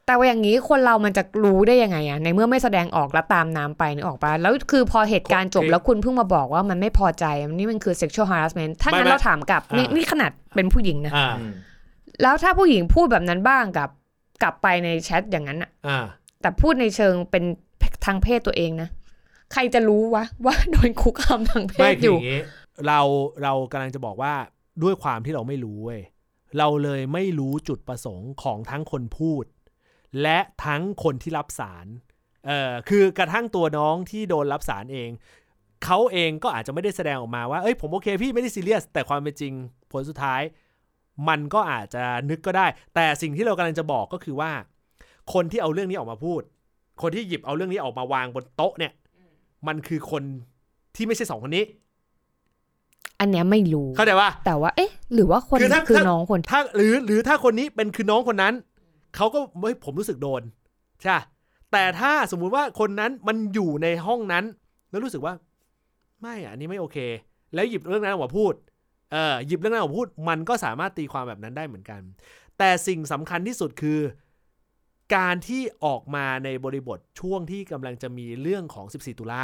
แต่ว่าอย่างนี้คนเรามันจะรู้ได้ยังไงอะในเมื่อไม่แสดงออกแล้วตามน้ำไปนึกออกปะแล้วคือพอเหตุการณ์จบ
โอเค
แล้วคุณเพิ่งมาบอกว่ามันไม่พอใจนี่มันคือ sexual harassment ถ้างั้
ไม่
น
ไม่
เราถามกลับนี่
อ่านี่
นี่ขนาดเป็นผู้หญิงนะ
อ่า
แล้วถ้าผู้หญิงพูดแบบนั้นบ้างกับกลับไปในแชทอย่างนั้นอะ
อ่า
แต่พูดในเชิงเป็นทางเพศตัวเองนะ ใครจะรู้วะว่าโดนคุกคามทางเพ
ไม่
ศ
คืออ
อ
ยู่ ย่างงี้เราเรากำลังจะบอกว่าด้วยความที่เราไม่รู้เว้ยเราเลยไม่รู้จุดประสงค์ของทั้งคนพูด และทั้งคนที่รับสาร เอ่อคือกระทั่งตัวน้องที่โดนรับสารเอง เขาเองก็อาจจะไม่ได้แสดงออกมาว่า เอ้ยผมโอเคพี่ไม่ได้ซีเรียส แต่ความเป็นจริงผลสุดท้าย มันก็อาจจะนึกก็ได้ แต่สิ่งที่เรากำลังจะบอกก็คือว่า คนที่เอาเรื่องนี้ออกมาพูด คนที่หยิบเอาเรื่องนี้ออกมาวางบนโต๊ะเนี่ย มันคือคนที่ไม่ใช่สองคนนี้
อันเนี้ยไม่รู้
เข้าใจว่า
แต่ว่า เอ๊ะ หรือว่าคน
คือถ้า
คือ
ถ้า
น้องคน
ถ้าหรือหรือถ้าคนนี้เป็นคือน้องคนนั้น เขาก็เฮ้ยผมรู้สึกโดน ใช่ แต่ถ้าสมมุติว่าคนนั้นมันอยู่ในห้องนั้น แล้วรู้สึกว่า ไม่อะอันนี้ไม่โอเค แล้วหยิบเรื่องนั้นออกมาพูดเออหยิบเรื่องนั้นออกมาพูด มันก็สามารถตีความแบบนั้นได้เหมือนกัน แต่สิ่งสำคัญที่สุดคือ การที่ออกมาในบริบทช่วงที่กำลังจะมีเรื่องของ 14 ตุลา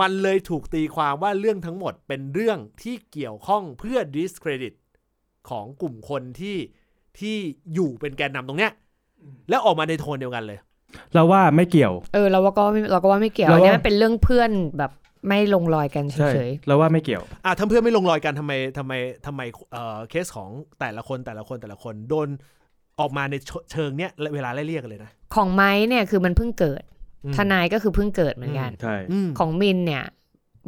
มันเลยถูกตีความว่าเรื่องทั้งหมดเป็นเรื่องที่เกี่ยวข้องเพื่อ discredit ของกลุ่มคนที่ที่อยู่เป็นแกนนำตรงเนี้ย แล้วออกมาในโทนเดียวกันเลย
เราว่าไม่เกี่ยว
เออ เราว่าก็ไม่เราก็ว่าไม่เกี่ยว
เรา
อั
ว่า
นเนี้ยมันเป็นเรื่องเพื่อนแบบไม่ลงรอยกันเฉ
ใช่
ย
เราว่าไม่เกี่ยว
อ่ะถ้าเพื่อนไม่ลงรอยกันทำไมทำไมทำไมเอ่อเคสของแต่ละคนแต่ละคนแต่ละคนโดนออกมาในเชิงเนี้ยเวลาไล่เรียกกันเลยนะ
ๆของไม้เนี่ยคือมันเพิ่งเกิด
อืม
ทนายก็คือเพิ่งเกิดเหมือนกัน
ใช่
อืม
ของมินเนี่ย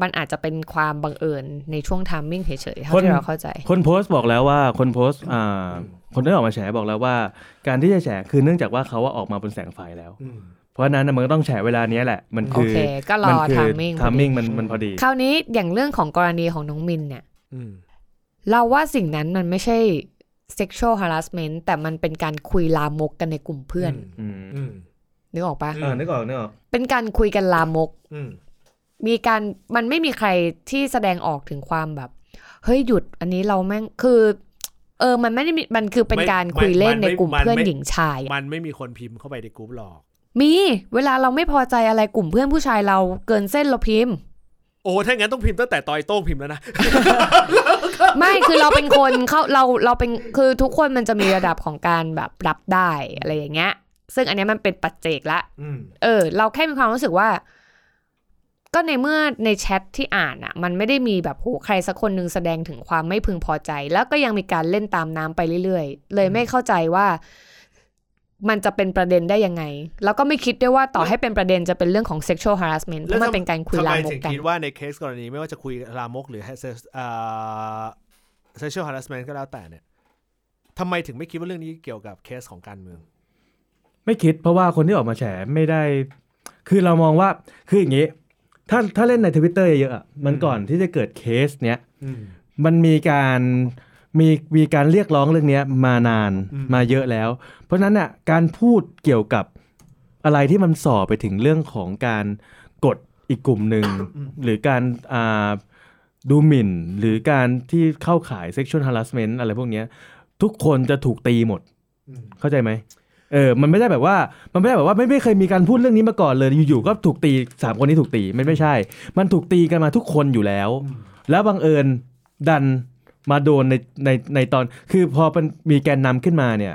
มันอาจจะเป็นความบังเอิญในช่วงทามมิ่งเฉยๆเท่า
คน
ที่เราเข้าใจ
คนโพสต์บอกแล้วว่าคนโพสต์อ่าคนที่ออกมาแฉบอกแล้วว่า การที่จะแฉคือเนื่องจากว่าเขาว่าออกมาบนแสงไฟแล้ว เพราะฉะนั้นน่ะมันก็ต้องแฉเวลาเนี้ยแหละ มัน
โอ
คือ
เค ก็รอ
คื
ทามมิ่ง
ทามมิ่งมันมันพอดี
คราวนี้อย่างเรื่องของกรณีของน้องมินเนี่ย
อืม
เราว่าสิ่งนั้นมันไม่ใช่ sexual harassment แต่มันเป็นการคุยลามกกันในกลุ่มเพื่อน
อืม
อืม
นึกออกปะ
อืม
เออนึกออกนึกออก
เป็นการคุยกันลามก
อืม
มีการมันไม่มีใครที่แสดงออกถึงความแบบ เฮ้ยหยุดอันนี้เราแม่งคือ เออมันไม่ได้มีมันคือเป็น
ไม่
การคุยเล่น
มันไม่
ในกลุ่ม
มันไม่
เพื่อนหญิงชายอะ
มันไม่มีคนพิมพ์เข้าไปในกลุ่มหรอก
มีเวลาเราไม่พอใจอะไรกลุ่มเพื่อนผู้ชายเราเกินเส้นเราพิมพ์
โอ้ถ้างั้นต้องพิมพ์ตั้งแต่ตอยโต้งพิมพ์แล้วนะ
ไม่คือเราเป็นคนเขาเราเราเป็นคือทุกคนมันจะมีระดับของการแบบรับได้อะไรอย่างเงี้ย ซึ่งอันเนี้ยมันเป็นปัจเจกละ
อืม
เออ เราแค่มีความรู้สึกว่า ก็ในเมื่อในแชทที่อ่านอ่ะ มันไม่ได้มีแบบโหใครสักคนหนึ่งแสดงถึงความไม่พึงพอใจ แล้วก็ยังมีการเล่นตามน้ำไปเรื่อยๆ เลยไม่เข้าใจว่า มันจะเป็นประเด็นได้ยังไง แล้วก็ไม่คิดด้วยว่าต่อให้เป็นประเด็นจะเป็นเรื่องของ sexual harassment เพราะมันเป็นการคุยลา
ทำไม
มก
ถึง
กัน
คิดว่าในเคสกรณีไม่ว่าจะคุยลามกหรือ sex- เอ่อ sexual harassment ก็แล้วแต่เนี่ยทำไมถึงไม่คิดว่าเรื่องนี้เกี่ยวกับเคสของการเมือง
ไม่คิดเพราะว่าคนที่ออกมาแฉไม่ได้ คือเรามองว่าคืออย่างนี้ ถ้าถ้าเล่นในทวิตเตอร์เยอะๆอะมันก่อนที่จะเกิดเคสเนี้ยมันมีการมีมีการเรียกร้องเรื่องเนี้ยมานาน
อืม
มาเยอะแล้ว เพราะฉะนั้นน่ะการพูดเกี่ยวกับอะไรที่มันส่อไปถึงเรื่องของการกดอีกกลุ่มหนึ่ง หรือการอ่าดูหมิ่น หรือการที่เข้าข่าย sexual harassment อะไรพวกเนี้ยทุกคนจะถูกตีหมด เข้าใจไหม เออ มันไม่ได้แบบว่า มันไม่ได้แบบว่าไม่ไม่เคยมีการพูดเรื่องนี้มาก่อนเลย อยู่ๆ ก็ถูกตีสามคนนี้ถูกตี มันไม่ใช่ มันถูกตีกันมาทุกคนอยู่แล้ว แล้วบังเอิญดันมาโดนในในในตอน คือพอเป็นมีแกนนำขึ้นมาเนี่ย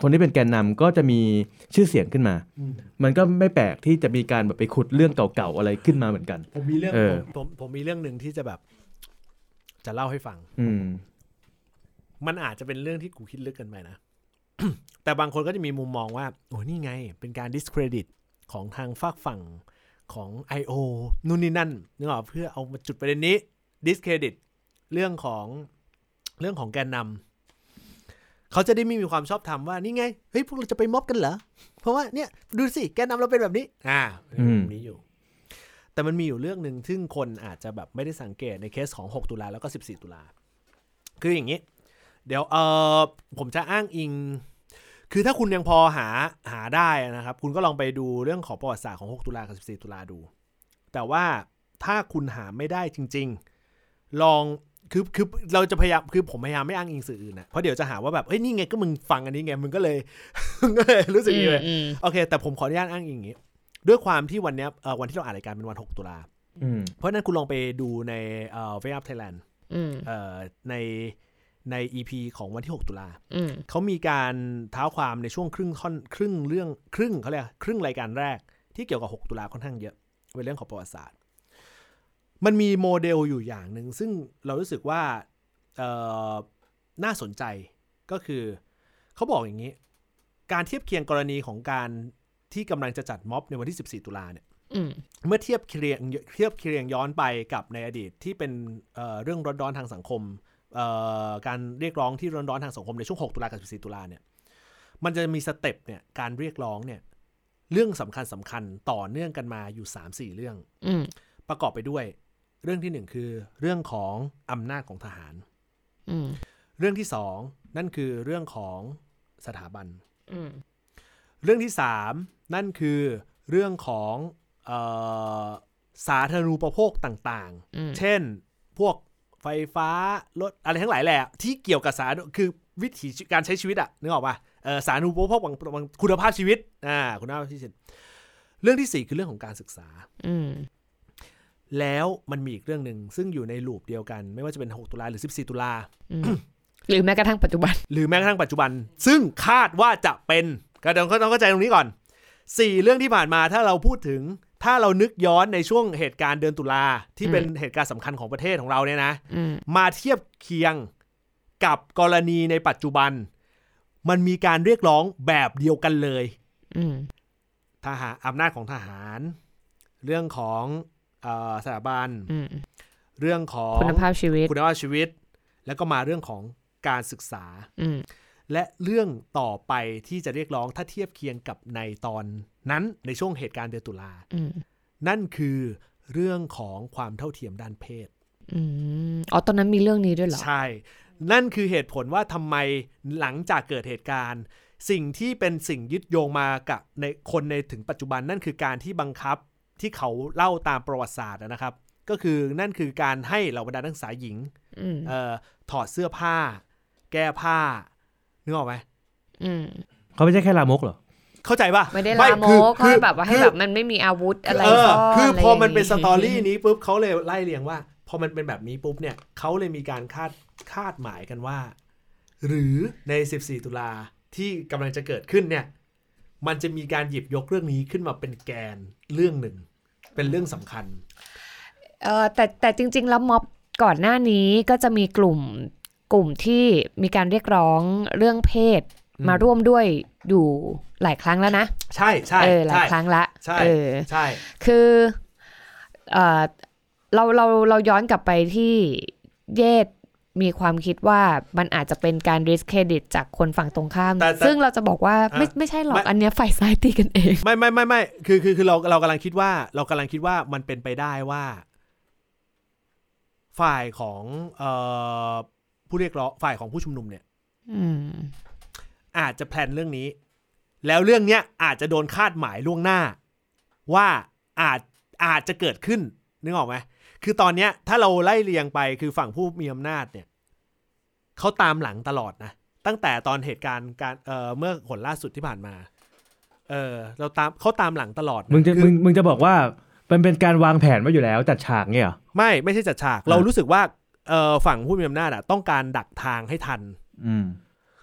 คนที่เป็นแกนนำก็จะมีชื่อเสียงขึ้นมา มันก็ไม่แปลกที่จะมีการแบบไปขุดเรื่องเก่าๆ อะไรขึ้นมาเหมือนกัน
ผมมีเรื่อง
เออ
ผมผมผมมีเรื่องหนึ่งที่จะแบบ จะเล่าให้ฟัง
อืม
มันอาจจะเป็นเรื่องที่กูคิดลึกเกันไปนะ แต่บางคนก็จะมีมุมมองว่า โอ้นี่ไง เป็นการ discredit ของทางฝากฝั่งของ I.O. นู่นนี่นั่นนึกออกเพื่อเอามาจุดประเด็นนี้ discredit เรื่องของเรื่องของแกนนำเขาจะได้ไม่มีความชอบธรรมว่า นี่ไง เฮ้ย พวกเราจะไปม็อบกันเหรอ เพราะว่าเนี่ย ดูสิ แกนนำเราเป็นแบบนี้ อ่า
อืม
แบบนี้อยู่ แต่มันมีอยู่เรื่องหนึ่งซึ่งคนอาจจะแบบไม่ได้สังเกตในเคสของ 6 ตุลาแล้วก็ 14 ตุลา คืออย่างนี้ เดี๋ยวเออผมจะอ้างอิง คือถ้าคุณยังพอหาหาได้นะครับ คุณก็ลองไปดูเรื่องของประวัติศาสตร์ของ 6 ตุลากับ14 ตุลาดู แต่ว่าถ้าคุณหาไม่ได้จริง ๆ ลองคือคือเราจะพยายามคือผมพยายามไม่อ้างอิงสื่ออื่นนะเพราะเดี๋ยวจะหาว่าแบบเอ้ยนี่ไงก็มึงฟังอันนี้ไงมึงก็เลย มึงก็เลยรู้สึกอย่างนี้เลย
อืม
โอเค แต่ผมขออนุญาตอ้างอิงอย่างนี้ ด้วยความที่วันเนี้ยเอ่อวันที่เราอ่านรายการเป็นวัน 6 ตุลา
อืม
เพราะฉะนั้นคุณลองไปดูในเอ่อเฟซอัพไทยแลนด์
อืม
เอ่อในใน EP ของวันที่ 6 ตุลา
อืม
เขามีการเท้าความในช่วงครึ่งท่อนครึ่งเรื่องครึ่งเขาเรียกครึ่งรายการแรกที่เกี่ยวกับ 6 ตุลาค่อนข้างเยอะเป็นเรื่องของประวัติศาสตร์ มันมีโมเดลอยู่อย่างหนึ่งซึ่งเรารู้สึกว่าเอ่อน่าสนใจก็คือเขาบอกอย่างนี้ การเทียบเคียงกรณีของการที่กำลังจะจัดม็อบในวันที่ 14 ตุลาเนี่ย
อืม
เมื่อเทียบเคียงเทียบเคียงย้อนไปกับในอดีตที่เป็นเอ่อเรื่องร้อนๆทางสังคมเอ่อการเรียกร้องที่ร้อนๆทางสังคมในช่วง 6 ตุลากับ 14 ตุลาเนี่ย มันจะมีสเต็ปเนี่ยการเรียกร้องเนี่ย เรื่องสำคัญสำคัญๆต่อเนื่องกันมาอยู่ 3 4 เรื่อง
อืม
ประกอบไปด้วย เรื่องทีหนึ่1 คือเรื่องของอำนาจของทหาร
อืม
เรื่องที่ 2 นั่นคือเรื่องของสถาบัน
อืม
เรื่องที่ 3 นั่นคือเรื่องของเออสาธารณูปโภคต่าง
อืม
ๆ เช่น พวกไฟฟ้ารถอะไรทั้งหลายแหละ ที่เกี่ยวกับสาคือวิถีชีวิตการใช้ชีวิตอะนึกออกปะเอ่อสาธารณูปโภคบางบางคุณภาพชีวิตอ่าคุณภาพชีวิต เรื่องทีสี่ 4 คือเรื่องของการศึกษา
อืม
แล้วมันมีอีกเรื่องหนึ่งซึ่งอยู่ในลูปเดียวกัน ไม่ว่าจะเป็น 6 ตุลาหรือ 14 ตุลา
อืม หรือแม้กระทั่งปัจจุบัน
หรือแม้กระทั่งปัจจุบัน ซึ่งคาดว่าจะเป็นก็ต้องต้องเข้าใจตรงนี้ก่อนสี่เรื่องที่ผ่านมาถ้าเราพูดถึง ถ้าเรานึกย้อนในช่วงเหตุการณ์เดือนตุลาที่เป็นเหตุการณ์สำคัญของประเทศของเราเนี่ยนะ
อืม
มาเทียบเคียงกับกรณีในปัจจุบัน มันมีการเรียกร้องแบบเดียวกันเลย
อืม
ทหารอำนาจของทหาร เรื่องของเออสถาบัน
อืม
เรื่องของ
คุณภาพชีวิต
คุณภาพชีวิต แล้วก็มาเรื่องของการศึกษา
อืม
และเรื่องต่อไปที่จะเรียกร้องถ้าเทียบเคียงกับในตอนนั้นในช่วงเหตุการณ์เดือนตุลา
อืม
นั่นคือเรื่องของความเท่าเทียมด้านเพศ
อืม อ๋อ ตอนนั้นมีเรื่องนี้ด้วยเหรอ
ใช่ นั่นคือเหตุผลว่าทำไมหลังจากเกิดเหตุการณ์ สิ่งที่เป็นสิ่งยึดโยงมากับในคนในถึงปัจจุบันนั่นคือการที่บังคับที่เขาเล่าตามประวัติศาสตร์นะครับ ก็คือนั่นคือการให้เหล่าบรรดานักศึกษาหญิง
อืม
เอ่อถอดเสื้อผ้า แก้ผ้านึกออกไหม
อืม
เขาไม่ใช่แค่ลามกเหรอ
เข้าใจป่ะ
ไม่ได้ลาม
คือก
เขา
คือ
แบบว่าให้
คือ
แบบมันไม่มีอาวุธอะไร
เออ
ซ่น
คือพอมันเป็นส
ะไย่าง
ตอ
งี้
รี่นี้ปุ๊บเขาเลยไล่เรียงว่า พอมันเป็นแบบนี้ปุ๊บเนี่ยเขาเลยมีการคาดคาดหมายกันว่า หรือใน 14 ตุลาที่กำลังจะเกิดขึ้นเนี่ย มันจะมีการหยิบยกเรื่องนี้ขึ้นมาเป็นแกนเรื่องหนึ่ง เป็นเรื่องสำคัญ
เออแต่แต่จริง ๆ แล้วม็อบก่อนหน้านี้ก็จะมีกลุ่มกลุ่มที่มีการเรียกร้องเรื่องเพศ
อืม
มาร่วมด้วยอยู่หลายครั้งแล้วนะ
ใช่ใช่
เออหลาย
ใช่
ครั้งละ
ใช่
เออ
ใช่
คือเอ่อเราเราเราย้อนกลับไปที่เยดมีความคิดว่ามันอาจจะเป็นการ discredit จากคนฝั่งตรงข้าม
แต่แต่
ซึ่งเราจะบอกว่าไม่
อ่ะ
ไม่ใช่หรอ
ไม่
กอันเนี้ยฝ่ายซ้ายตีกันเอง
ไม่ไม่ไม่ไม่คือคือคือเราเรากำลังคิดว่าเรากำลังคิดว่ามันเป็นไปได้ว่า ฝ่ายของเอ่อผู้เรียกร้องฝ่ายของผู้ชุมนุมเนี่ย
อืม
อาจจะแพลนเรื่องนี้ แล้วเรื่องเนี้ยอาจจะโดนคาดหมายล่วงหน้า ว่าอาจอาจจะเกิดขึ้นนึกออกไหมคือตอนเนี้ยถ้าเราไล่เรียงไปคือฝั่งผู้มีอำนาจเนี่ยเขาตามหลังตลอดนะ ตั้งแต่ตอนเหตุการณ์การเอ่อเมื่อหนล่าสุดที่ผ่านมา เออเราตามเขาตามหลังตลอดน
มึงจะ
คือ
มึงมึงจะบอกว่ามันเป็นการวางแผนไว้อยู่แล้วจัดฉากเนี่ยเหรอ
ไม่ไม่ใช่จัดฉาก
อ่ะ
เรารู้สึกว่าเอ่อฝั่งผู้มีอำนาจอะต้องการดักทางให้ทัน
อืม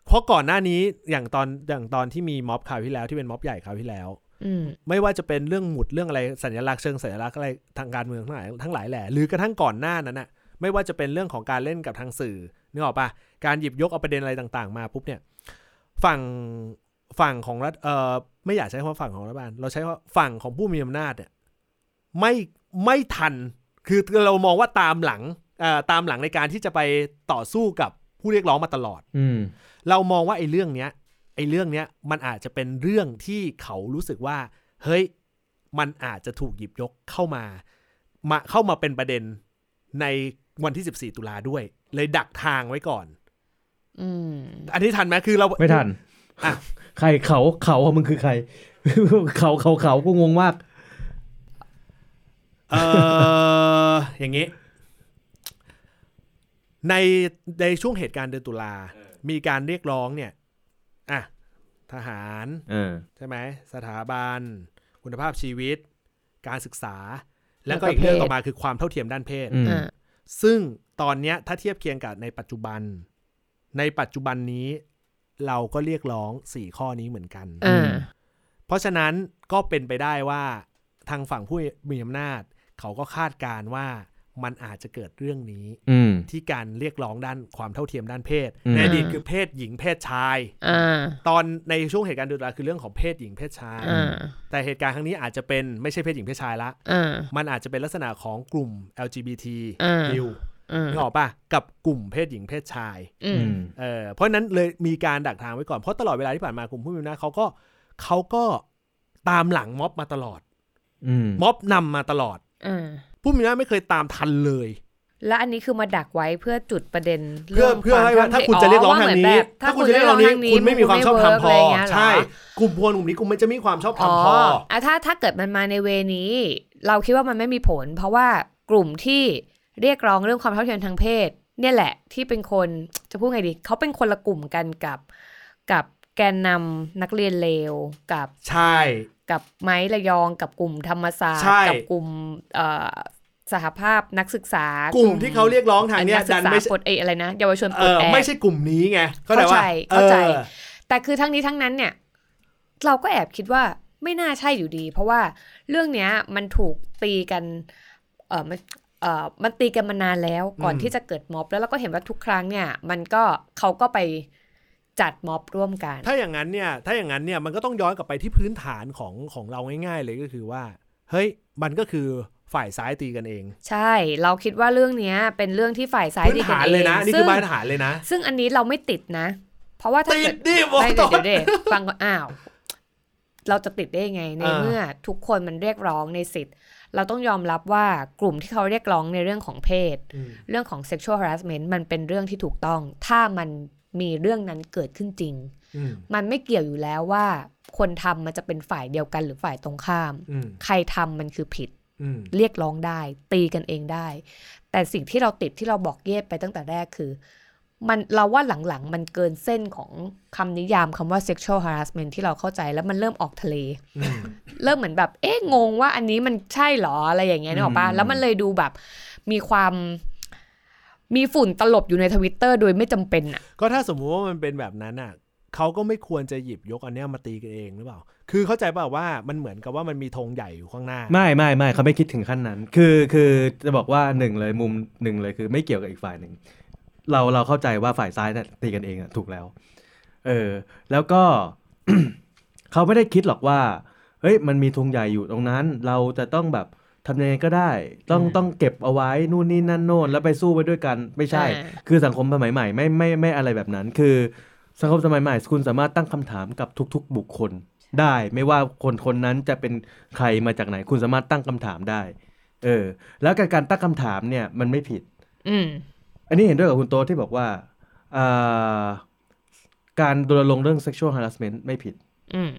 เพราะก่อนหน้านี้อย่างตอนอย่างตอนที่มีม็อบคราวที่แล้วที่เป็นม็อบใหญ่คราวที่แล้ว
อืม
ไม่ว่าจะเป็นเรื่องหมุดเรื่องอะไรสัญลักษณ์เชิงสัญลักษณ์อะไรทางการเมืองทั้งหลายทั้งหลายแหละหรือกระทั่งก่อนหน้านั้นน่ะไม่ว่าจะเป็นเรื่องของการเล่นกับทางสื่อนึกออกปะการหยิบยกเอาประเด็นอะไรต่างๆมาปุ๊บเนี่ยฝั่งฝั่งของรัฐเอ่อไม่อยากใช้คำว่าฝั่งของรัฐบาลเราใช้ว่าฝั่งของผู้มีอำนาจเนี่ยไม่ไม่ทันคือเรามองว่าตามหลังเอ่อตามหลังในการที่จะไปต่อสู้กับผู้เรียกร้องมาตลอด
อืม
เรามองว่าไอ้เรื่องเนี้ยไอ้เรื่องเนี้ยมันอาจจะเป็นเรื่องที่เขารู้สึกว่า เฮ้ยมันอาจจะถูกหยิบยกเข้ามามาเข้ามาเป็นประเด็นในวันที่ 14 ตุลาด้วย เลยดักทางไว้ก่อน
อืม
อันนี้ทันไหมคือเรา
ไม่ทัน
อ่ะ
ใครเขาเขาของมึงคือใคร เขาเขาเขากูงงมาก
เอออย่างนี้ ในในช่วงเหตุการณ์เดือนตุลา มีการเรียกร้องเนี่ยอ่ะทหาร
เออ
ใช่ไหมสถาบัน คุณภาพชีวิต การศึกษา แล้วก็
แล้วก็
อีกเรื่อง
เพศ
ต่อมาคือความเท่าเทียมด้านเพศ
อืม
อ่า
ซึ่งตอนเนี้ยถ้าเทียบเคียงกับในปัจจุบัน ในปัจจุบันนี้เราก็เรียกร้อง 4 ข้อนี้เหมือนกัน
อ่า
เพราะฉะนั้นก็เป็นไปได้ว่าทางฝั่งผู้มีอำนาจ เขาก็คาดการณ์ว่ามันอาจจะเกิดเรื่องนี้
อืม
ที่การเรียกร้องด้านความเท่าเทียมด้านเพศ
อืม
ในอดีตคือเพศหญิงเพศชาย
อ่า
ตอนในช่วงเหตุการณ์เดือดร้อนคือเรื่องของเพศหญิงเพศชาย
อ่า
แต่เหตุการณ์ครั้งนี้อาจจะเป็นไม่ใช่เพศหญิงเพศชายละ
อ่า
มันอาจจะเป็นลักษณะของกลุ่ม LGBT
อ่า
คิว
อ่า
นึกออกปะกับกลุ่มเพศหญิงเพศชาย
อื
อื
ม
ม
เออเพราะฉะนั้นเลยมีการดักทางไว้ก่อน เพราะตลอดเวลาที่ผ่านมากลุ่มผู้มีอำนาจเขาก็เขาก็ ตามหลังม็อบมาตลอด
อืม
ม็อบนำมาตลอด
อืม
ผู้มีอำนาจไม่เคยตามทันเลย
แล้วอันนี้คือมาดักไไว้เพื่อจุดประเด็น
เพื่อ
รื่อง
เพื่อให้ว่า
ควม
ถ้าคุณจะเรียกร้องทาง
ว่เหมื
นี้
แบบ
ถ้าคุณจะเรียกร้องนี้คุณไม่มีความชอบธรรมพอ
ะไย่างเงี้ยเหรอ
ใช่กลุ่มพวกกลุ่มนี้คุณไม่จะไม่มีความชอบธรรมพอ
อ่ะถ้าถ้าเกิดมันมาในเวนี้ เราคิดว่ามันไม่มีผล เพราะว่ากลุ่มที่เรียกร้องเรื่องความเท่าเทียมทางเพศ เนี่ยแหละที่เป็นคนจะพูดไงดีเขาเป็นคนละกลุ่มกันกับ กับแกนนำนักเรียนเลวกับ
ใช่
กับไม้ระยอง กับกลุ่มธรรมศาสต
ใช่
ร์กับกลุ่มเอ่อสหภาพนักศึกษาก ก
ลุ่มที่เขาเรียกร้องทางเนี้ย
นักศึ
ดั
ก
น
ษา
ไม่ใช่
ปลดเอยอะไรนะเยาวชนป
เอ
ลด
อ
แอก
ไม่ใช่กลุ่มนี้ไงเข้าใจว่า
เข้าใจเข้าใจ
ออ
แต่คือทั้งนี้ทั้งนั้นเนี่ย เราก็แอบคิดว่าไม่น่าใช่อยู่ดี เพราะว่าเรื่องเนี้ยมันถูกตีกันเออมันเออมันตีกันมานานแล้วก่อน
อืม
ที่จะเกิดม็อบ แล้วเราก็เห็นว่าทุกครั้งเนี่ย มันก็เขาก็ไปจัดม็อบร่วมกัน
ถ้าอย่างนั้นเนี่ยถ้าอย่างนั้นเนี่ยมันก็ต้องย้อนกลับไปที่พื้นฐานของของเราง่าย ๆ เลยก็คือว่า เฮ้ยมันก็คือฝ่ายซ้ายตีกันเอง
ใช่ เราคิดว่าเรื่องเนี้ยเป็นเรื่องที่ฝ่ายซ้าย
พื้น
ดีกัน
ฐาน
เอง
เลยนะนี่
ซึ่
คื
ง
อพื้นฐานเลยนะ
ซึ่งอันนี้เราไม่ติดนะ เพราะว่าถ้า
ติ
เกิ
ด
ด
ดิบอก
ไม่
ต
เดี๋
อย น
วเดี๋ยวเดี๋ยวฟังก่อนอ้าว เราจะติดได้ยังไงใน
อ่า
เมื่อทุกคนมันเรียกร้องในสิทธิ์ เราต้องยอมรับว่ากลุ่มที่เขาเรียกร้องในเรื่องของเพศ
อืม
เรื่องของ sexual harassment มันเป็นเรื่องที่ถูกต้อง ถ้ามันมีเรื่องนั้นเกิดขึ้นจริง
อืม
มันไม่เกี่ยวอยู่แล้วว่า คนทำมันจะเป็นฝ่ายเดียวกันหรือฝ่ายตรงข้าม
อืม
ใครทำมันคือผิด
อืม
เรียกร้องได้ ตีกันเองได้ แต่สิ่งที่เราติดที่เราบอกเยบไปตั้งแต่แรกคือ มันเราว่าหลังๆ มันเกินเส้นของคำนิยามคำว่า sexual harassment ที่เราเข้าใจแล้วมันเริ่มออกทะเล เริ่มเหมือนแบบ เอ๊ะ งงว่าอันนี้มันใช่เหรอ อะไรอย่างเงี้ยนึกออกปะ
อืม
แล้วมันเลยดูแบบ มีความ มีฝุ่นตลบอยู่ในทวิตเตอร์โดยไม่จำเป็นอ่ะ
ก็ถ้าสมมุติว่ามันเป็นแบบนั้นอ่ะเขาก็ไม่ควรจะหยิบยกอันเนี้ยมาตีกันเองหรือเปล่า คือเข้าใจเปล่าว่ามันเหมือนกับว่ามันมีธงใหญ่อยู่ข้างหน้า
ไม่ไม่ไม่เขาไม่คิดถึงขั้นนั้น คือคือจะบอกว่าหนึ่งเลยมุมหนึ่งเลยคือไม่เกี่ยวกับอีกฝ่ายหนึ่ง เราเราเข้าใจว่าฝ่ายซ้ายเนี่ยตีกันเองอะถูกแล้ว เออ แล้วก็ เขาไม่ได้คิดหรอกว่า เฮ้ยมันมีธงใหญ่อยู่ตรงนั้น เราจะต้องแบบทำยังไงก็ได้ ต้อง
อืม
ต้องเก็บเอาไว้นู่นนี่นั่นโน่นแล้วไปสู้ไปด้วยกันไม่ใช่
อ่า
คือสังคมสมัยใหม่ไม่ไม่ไม่อะไรแบบนั้น คือ สังคมสมัยใหม่คุณสามารถตั้งคำถามกับทุก ๆ บุคคลได้ ไม่ว่าคนคนนั้นจะเป็นใครมาจากไหน คุณสามารถตั้งคำถามได้ เออ แล้วการการตั้งคำถามเนี่ยมันไม่ผิด
อืม
อันนี้เห็นด้วยกับคุณโตะที่บอกว่าอ่าการรณรงค์เรื่อง sexual harassment ไม่ผิด
อืม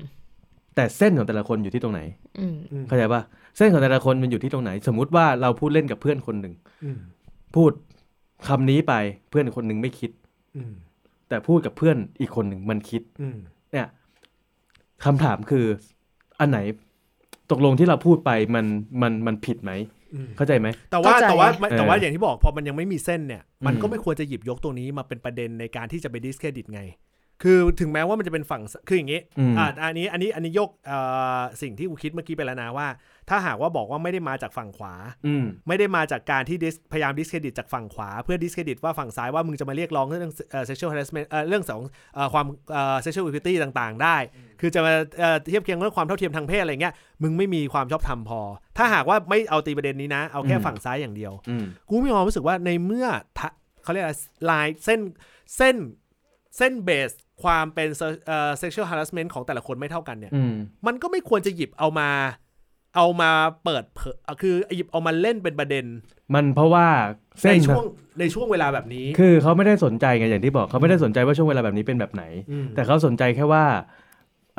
แต่เส้นของแต่ละคนอยู่ที่ตรงไหน
อืม
อืม
เข้าใจปะเส้นของแต่ละคนมันอยู่ที่ตรงไหน สมมุติว่าเราพูดเล่นกับเพื่อนคนหนึ่ง
อืม
พูดคำนี้ไปเพื่อนคนหนึ่งไม่คิด
อืม
แต่พูดกับเพื่อนอีกคนหนึ่งมันคิด
อืม
เนี่ยคำถามคืออันไหนตกลงที่เราพูดไปมันมันมันผิดไหม
อืม
เข้าใจไหม
แต่ว่า
เข้าใจ
แต่ว่าแต่ว่า
เออ
อย่างที่บอกพอมันยังไม่มีเส้นเนี่ย มัน
อืม
ก็ไม่ควรจะหยิบยกตรงนี้มาเป็นประเด็นในการที่จะไปดิสเครดิตไง คือถึงแม้ว่ามันจะเป็นฝั่งสคืออย่างนี้
อืม
อ่าอันนี้อันนี้อันนี้ยกเอ่อสิ่งที่กูคิดเมื่อกี้ไปแล้วนะว่า ถ้าหากว่าบอกว่าไม่ได้มาจากฝั่งขวา
อืม
ไม่ได้มาจากการที่ dis- พยายามดิสเครดิตจากฝั่งขวา เพื่อดิสเครดิตว่าฝั่งซ้ายว่ามึงจะมาเรียกร้องเรื่องเอ่อ sexual harassment เอ่อเรื่องของเอ่อความเอ่อ sexual equity ต่างๆ ได้ คือจะมาเอ่อเทียบเคียงเรื่องความเท่าเทียมทางเพศอะไรเงี้ยมึงไม่มีความชอบธรรมพอ ถ้าหากว่าไม่เอาตีประเด็นนี้นะ เอาแค่
อืม
ฝั่งซ้ายอย่างเดียว
อืม
กูมีความรู้สึกว่าในเมื่อทะเขาเรียกอะไรลายเส้นเส้นเส้นเบสความเป็นเอ่อ sexual harassment ของแต่ละคนไม่เท่ากันเนี่ย
อืม
มันก็ไม่ควรจะหยิบเอามา เอามาเปิดเผยเอ่อคือหยิบเอามาเล่นเป็นประเด็น
มันเพราะว่าเส้
ใน
น
ช่วงในช่วงเวลาแบบนี้
คือเขาไม่ได้สนใจไงอย่างที่บอกเขาไม่ได้สนใจว่าช่วงเวลาแบบนี้เป็นแบบไหน
ม
แต่เขาสนใจแค่ว่า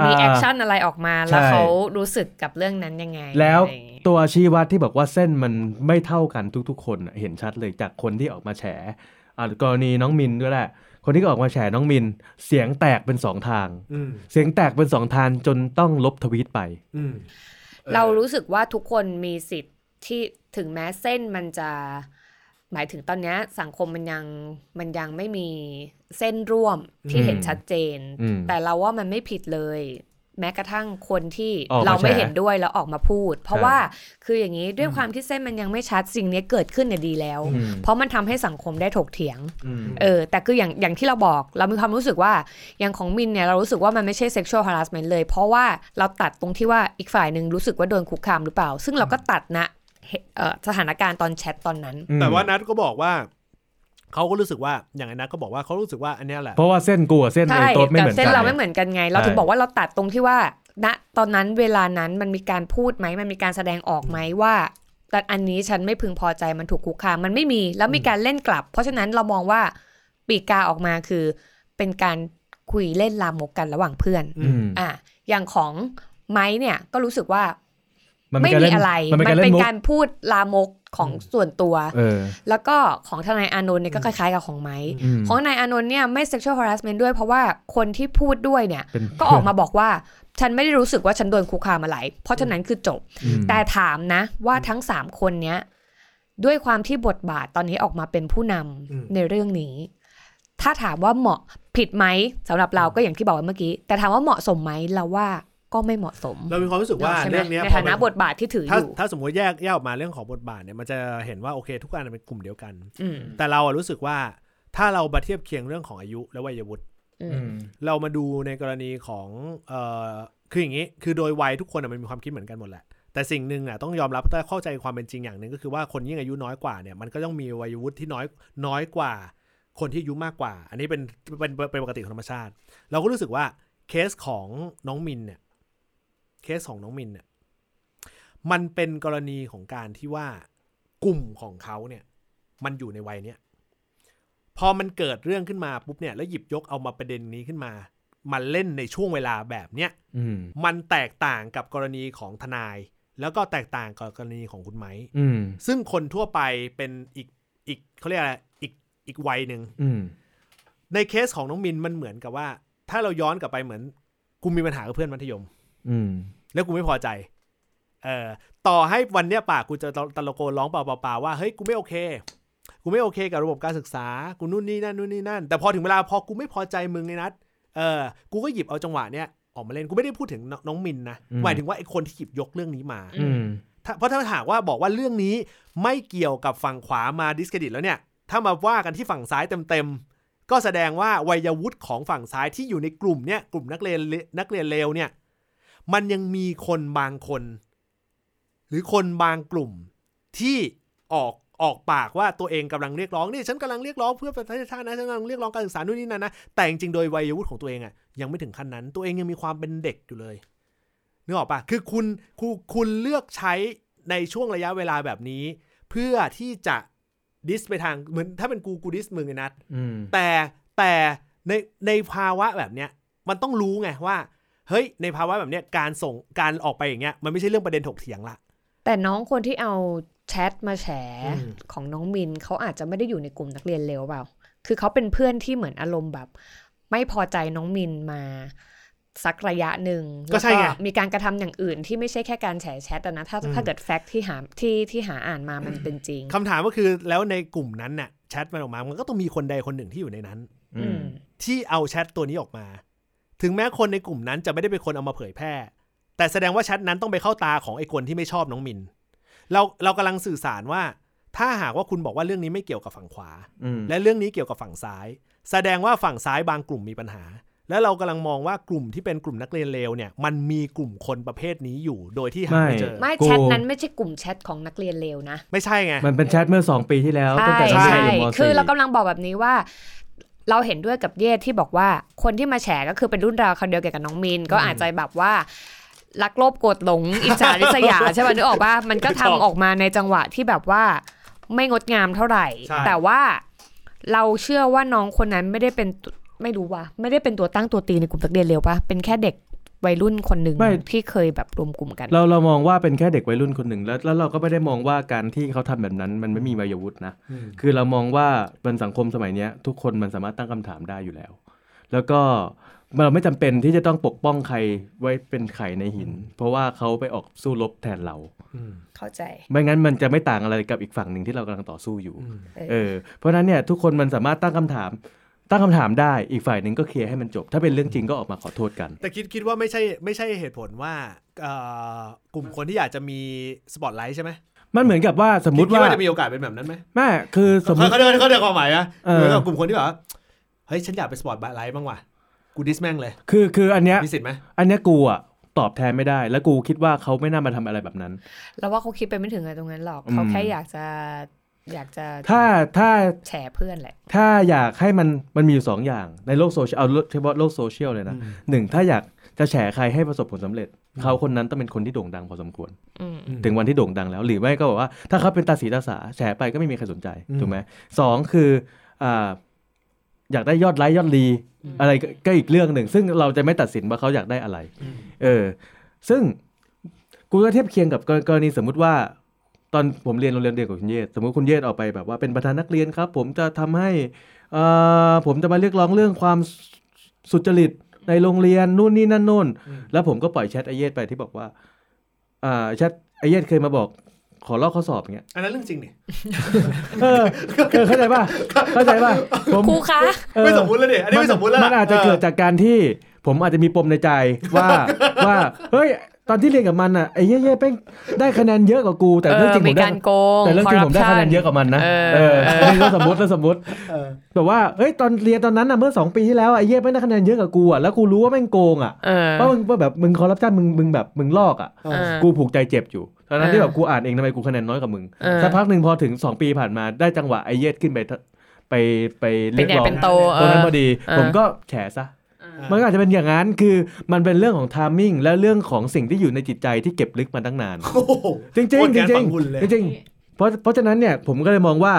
มี
มี
แอคชั่นอะไรออกมา แล้ว
ใช่
เขารู้สึกกับเรื่องนั้นยังไง
แล้ว
อะไรอย่างงี้
ตัวชี้วัดที่บอกว่าเส้นมันไม่เท่ากันทุก ๆ คนน่ะเห็นชัดเลยจากคนที่ออกมาแฉอ่ากรณีน้องมินก็ได้คนที่ออกมาแฉน้องมิน เสียงแตกเป็นสองทาง
อืม
เสียงแตกเป็นสองทางจนต้องลบทวีตไป
อืม
เรารู้สึกว่าทุกคนมีสิทธิ์ที่ถึงแม้เส้นมันจะ หมายถึงตอนเนี้ยสังคมมันยังมันยังไม่มีเส้นร่วมที่
อืม
เห็นชัดเจน
อืม
แต่เราว่ามันไม่ผิดเลย แม้กระทั่งคนที่
ออกมา
เราไม่
แฉ
เห็นด้วยแล้วออกมาพูด เพราะ
ใช่
ว่าคืออย่างนี้ด้วยความที่เส้นมันยังไม่ชัดสิ่งเนี้ยเกิดขึ้นเนี่ยดีแล้ว เพราะมันทำให้สังคมได้ถกเถียง เออแต่คืออย่างอย่างที่เราบอกเรามีความรู้สึกว่าอย่างของมินเนี่ยเรารู้สึกว่ามันไม่ใช่ sexual harassment เลย เพราะว่าเราตัดตรงที่ว่าอีกฝ่ายหนึ่งรู้สึกว่าโดนคุกคามหรือเปล่า ซึ่งเราก็ตัดนะเหเอ่อสถานการณ์ตอนแชทตอนนั้น
อืม
แต่ว่านัทก็บอกว่า เขาก็รู้สึกว่าอย่างไอ้นัทก็บอกว่าเขารู้สึกว่าอันเนี้ยแหละ
เพราะว่าเส้นกูกับเส้นไอ้
ใช่
โต๊ดไม่
กั
เหมือน
เส้
กัน น
เราไม่เหมือนกันไง เรา
ใช่
ถึงบอกว่าเราตัดตรงที่ว่า ณตอนนั้นเวลานั้นมันมีการพูดไหม มันมีการแสดงออกไหมว่าแต่อันนี้ฉันไม่พึงพอใจมันถูกคุกคามมันไม่มีแล้วมีการเล่นกลับ เพราะฉะนั้นเรามองว่าปีกกาออกมาคือ เป็นการคุยเล่นลามกกันระหว่างเพื่อน
อืม
อ่ะอย่างของไม้เนี่ยก็รู้สึกว่า
มัน
ไม่
เป็นการ
มี
เล่น
อะไร
มันเป็นการเล่
เป็น
นมุก
การพูดลามกของส่วนตัว
เออ
แล้วก็ของทนายอานนท์เนี่ยก็คล้ายๆกับของไม้
อืม
ของนายอานนท์เนี่ยไม่ sexual harassment ด้วยเพราะว่าคนที่พูดด้วย เนี่ย
เป็น
ก็ออกมาบอกว่า ฉันไม่ได้รู้สึกว่าฉันโดนคุกคามอะไร เพราะฉะนั้นคือจบ
อืม
แต่ถามนะว่าทั้ง 3 คนเนี้ยด้วยความที่บทบาทตอนนี้ออกมาเป็นผู้นำ
อืม
ในเรื่องนี้ ถ้าถามว่าเหมาะผิดไหมสำหรับเราก็อย่างที่บอกไว้เมื่อกี้ แต่ถามว่าเหมาะสมไหมเราว่าก็ไม่เหมาะสม
เรามีความรู้สึกว่า
ใช่ไหม
เรื่องเนี้ย
ใน
พอ
ฐา
มั
นะบทบาทที่ถืออ
ถ้า
ยู่
ถ้าสมมติแยกแยกออกมาเรื่องของบทบาทเนี่ยมันจะเห็นว่าโอเค ทุกอันเป็นกลุ่มเดียวกัน
อืม
แต่เราอะรู้สึกว่าถ้าเรามาเทียบเคียงเรื่องของอายุและวัยวุฒิ
อื
อื
ม
ม
เรามาดูในกรณีของเอ่อคืออย่างนี้คือโดยวัยทุกคนอะมันมีความคิดเหมือนกันหมดแหละแต่สิ่งหนึ่งอ่ะต้องยอมรับต้องเข้าใจความเป็นจริงอย่างหนึ่งก็คือว่าคนยิ่งอายุน้อยกว่าเนี่ยมันก็ต้องมีวัยวุฒิที่น้อยน้อยกว่า คนที่อายุมากกว่า อันนี้เป็นเป็นเป็นปกติของธรรมชาติ เราก็รู้สึกว่าเคสของน้องมินเนี่ยเคสของน้องมินเนี่ยมันเป็นกรณีของการที่ว่ากลุ่มของเขาเนี่ย มันอยู่ในวัยเนี้ยพอมันเกิดเรื่องขึ้นมาปุ๊บเนี่ยแล้วหยิบยกเอามาประเด็นนี้ขึ้นมา มันเล่นในช่วงเวลาแบบเนี้ย
อืม
มันแตกต่างกับกรณีของทนาย แล้วก็แตกต่างกับกรณีของคุณไม้
อืม
ซึ่งคนทั่วไปเป็นอีกอีกเขาเรียกอะไรอีกอีกวัยหนึ่ง
อืม
ในเคสของน้องมินมันเหมือนกับว่า ถ้าเราย้อนกลับไปเหมือนกูมีปัญหากับเพื่อนมัธยม
อืม
แล้วกูไม่พอใจเอ่อต่อให้วันเนี้ยปากกูจะตะโกนร้องเปล่าๆว่าเฮ้ยกูไม่โอเค กูไม่โอเคกับระบบการศึกษากูนู่นนี่นั่นนู่นนี่นั่น แต่พอถึงเวลาพอกูไม่พอใจมึงในนัดเออกูก็หยิบเอาจังหวะเนี้ยออกมาเล่นกูไม่ได้พูดถึงนน้องมินนะ
อืม
หมายถึงว่าไอ้คนที่หยิบยกเรื่องนี้มา
อืม
ถ้าเพราะถ้าหากว่าบอกว่าเรื่องนี้ไม่เกี่ยวกับฝั่งขวามาดิสเครดิตแล้วเนี่ยถ้ามาว่ากันที่ฝั่งซ้ายเต็มๆก็แสดงว่าวัยวุฒิของฝั่งซ้ายที่อยู่ในกลุ่มเนี่ยกลุ่มนักเรียนเลนักเรียนเลวเนี่ย มันยังมีคนบางคน หรือคนบางกลุ่มที่ออกออกปากว่าตัวเองกำลังเรียกร้องนี่ฉันกำลังเรียกร้องเพื่อประเทศชาตินะฉันกำลังเรียกร้องการศึกษานู่นนี่นั่นนะแต่จริงๆโดยวัยวุฒิของตัวเองอะยังไม่ถึงขั้นนั้น ตัวเองยังมีความเป็นเด็กอยู่เลยนึกออกปะคือคุณคุณคุณเลือกใช้ในช่วงระยะเวลาแบบนี้ เพื่อที่จะดิสไปทางเหมือนถ้าเป็นกูกูดิสมึงไงนัด
อืม
แต่แต่ในในภาวะแบบเนี้ยมันต้องรู้ไงว่า เฮ้ย ในภาวะแบบเนี้ยการส่งการออกไปอย่างเงี้ยมันไม่ใช่เรื่องประเด็นถกเถียงละ
แต่น้องคนที่เอาแชทมาแฉ
อืม
ของน้องมินเขาอาจจะไม่ได้อยู่ในกลุ่มนักเรียนเลวเปล่า คือเขาเป็นเพื่อนที่เหมือนอารมณ์แบบ ไม่พอใจน้องมินมาสักระยะหนึ่ง
ก็ใช่ไง
แล้วมีการกระทำอย่างอื่นที่ไม่ใช่แค่การแฉแชทอะนะถ้าถ้าเกิดแฟกต์ที่หาที่ที่หาอ่านมามันเป็นจริง
คำถามก็คือแล้วในกลุ่มนั้นน่ะแชทมันออกมา มันก็ต้องมีคนใดคนหนึ่งที่อยู่ในนั้น
อืม
ที่เอาแชทตัวนี้ออกมา ถึงแม้คนในกลุ่มนั้นจะไม่ได้เป็นคนเอามาเผยแพร่ แต่แสดงว่าแชทนั้นต้องไปเข้าตาของไอ้คนที่ไม่ชอบน้องมิน เราเรากำลังสื่อสารว่า ถ้าหากว่าคุณบอกว่าเรื่องนี้ไม่เกี่ยวกับฝั่งขวา
อืม
และเรื่องนี้เกี่ยวกับฝั่งซ้าย แสดงว่าฝั่งซ้ายบางกลุ่มมีปัญหา แล้วเรากำลังมองว่ากลุ่มที่เป็นกลุ่มนักเรียนเลวเนี่ย มันมีกลุ่มคนประเภทนี้อยู่โดยที่หาไม่เจอ
ไม่
ไม่
กู
แชทนั้นไม่ใช่กลุ่มแชทของนักเรียนเลวนะ
ไม่ใช่ไง
มันเป็นแชทเมื่อสองปีที่แล้วตั้ง
ใช่
แต่
ใช่
เราเรียนอยู่มสี่
คือเรากำลังบอกแบบนี้ว่า เราเห็นด้วยกับเย่ที่บอกว่าคนที่มาแฉก็คือเป็นรุ่นราวคราวเดียวกับน้องมินก็อาจจะแบบว่ารักโลภโกรธหลง อิจฉาริษยา ใช่ไหมนึกออกว่ามันก็
ถูกต้
ทำ
อง
ออกมาในจังหวะที่แบบว่าไม่งดงามเท่าไหร่
ใช่
แต่ว่าเราเชื่อว่าน้องคนนั้นไม่ได้เป็นตัวไม่รู้ว่า ไม่ได้เป็นตัวตั้งตัวตีในกลุ่มนักเรียนเร็วปะเป็นแค่เด็กวัยรุ่นคนหนึ่ง
ไม่
ที่เคยแบบรวมกลุ่มกัน
เราเรามองว่าเป็นแค่เด็กวัยรุ่นคนหนึ่งแล้วแล้วเราก็ไม่ได้มองว่าการที่เขาทำแบบนั้น มันไม่มีวัยวุฒินะ คือเรามองว่าเป็นสังคมสมัยเนี้ย ทุกคนมันสามารถตั้งคำถามได้อยู่แล้ว แล้วก็เราไม่จำเป็นที่จะต้องปกป้องใครไว้เป็นไข่ในหิน เพราะว่าเขาไปออกสู้รบแทนเรา
เข้าใจ
ไม่งั้นมันจะไม่ต่างอะไรกับอีกฝั่งหนึ่งที่เรากำลังต่อสู้อยู่
อืม
เออ เพราะฉะนั้นเนี่ยทุกคนมันสามารถตั้งคำถาม ตั้งคำถามได้ อีกฝ่ายหนึ่งก็เคลียร์ให้มันจบ ถ้าเป็นเรื่องจริงก็ออกมาขอโทษกัน
แต่คิดคิดว่าไม่ใช่ไม่ใช่เหตุผลว่าเอ่อกลุ่มคนที่อยากจะมีสปอตไลท์ใช่ไหม
มันเหมือนกับว่าสมมุติ
คิด
ว่า
ว่าจะมีโอกาสเป็นแบบนั้นไหม
แม่คือสมมติ
เขาเดินเขาเดินความหมายนะ
เออ
เหมือนกับกลุ่มคนที่แบบว่าเฮ้ยฉันอยากเป็นสปอตไลท์บ้างว่ะกูดิสแม่งเลย
คือคืออันเนี้ย
มีสิทธิ์ไหม
อันเนี้ยกูอ่ะตอบแทนไม่ได้ แล้วกูคิดว่าเขาไม่น่ามาทำอะไรแบบนั้น
เราว่าเขาคิดไปไม่ถึงอะตรงนั้นหรอก
อืม
เขาแค่อยากจะ อยากจะ
ถ้าถ้า
แฉเพื่อนแหละ
ถ้าอยากให้มันมันมีอยู่สองอย่างในโลกโซเชียลเอาเฉพาะโลกโซเชียลเลยนะ
อืม
หนึ่งถ้าอยากจะแฉใครให้ประสบผลสำเร็จ เขาคนนั้นต้องเป็นคนที่โด่งดังพอสมควร
อืม
ถึงวันที่โด่งดังแล้ว หรือไม่ก็บอกว่าถ้าเขาเป็นตาสีตาสาแฉไปก็ไม่มีใครสนใจ
อืม
ถูกไหมสองคืออ่าอยากได้ยอดไลค์ยอดรี
อืม
อะไรก็ก็อีกเรื่องหนึ่ง ซึ่งเราจะไม่ตัดสินว่าเขาอยากได้อะไร เออ ซึ่งกูก็เทียบเคียงกับกรกรณีสมมุติว่า ตอนผมเรียนโรงเรียนเดียวกับคุณเยศสมมติคุณเยศออกไปแบบว่าเป็นประธานนักเรียนครับ ผมจะทำให้เอ่อผมจะมาเรียกร้องเรื่องความสุสุจริตในโรงเรียนนู่นนี่นั่นนู่น
อืม
แล้วผมก็ปล่อยแชทไอเยศไปที่บอกว่าอ่าแชทไอเยศเคยมาบอกขอลอกข้อสอบอย่างเงี้ย
อันนั้นเรื่องจริงนี่
เออเออเข้าใจป่ะเข้าใจป่ะผม
ครูคะ
เออ
ไม่สมมติแล้วเนี่ยอันนี้ไม่สมมติแล้ว
มันอาจจะเกิดจากการที่ผมอาจจะมีปมในใจว่า ว่าเฮ้ยตอนที่เรียนกับมันอ่ะไอ้เย่ๆแป้งได้คะแนนเยอะกว่ากู แต่เรื่องจริง
เออ
ผ
มี
มได้
การโกง
แต่เรื่องจริงผมได้
corruption
คะแนนเยอะกว่ามันนะ
เออ
เออนี่ก็สมมติแล้วสมมติ
เออ
แบบว่าเฮ้ยตอนเรียนตอนนั้นอ่ะเมื่อสองปีที่แล้วอะไอ้เย่แม่งได้คะแนนเยอะกว่ากูอ่ะแล้วกูรู้ว่าแม่งโกงอ่ะ
เออ
ว่ามึงว่าแบบมึงคอร์รัปชันมึงมึงแบบมึงลอกอ่ะ
เออ
เออ
กูผูกใจเจ็บอยู่ตอนนั้นที่
เออ
แบบกูอ่านเองทำไมกูคะแนนน้อยกว่ามึง
เออ
สักพักหนึ่งพอถึงสองปีผ่านมาได้จังหวะไอ้เย่ขึ้นไปทะไปไป
เป็
เรี
น
ยก
ใหญ่
ร้อง
เป็นโต
ต
เอ
รง
อ
นั้นพอดี
เออ
ผมก็แฉซะ มันก็อาจจะเป็นอย่างนั้นคือมันเป็นเรื่องของทามมิ่งและเรื่องของสิ่งที่อยู่ในจิตใจที่เก็บลึกมาตั้งนาน
โอ้โห
จริงๆจริ
โค
ง
ต
จ
แกน
ริ
ฝั
ง
หุ่นเลย
จริงๆเพราะเพราะฉะนั้นเนี่ยผมก็เลยมองว่า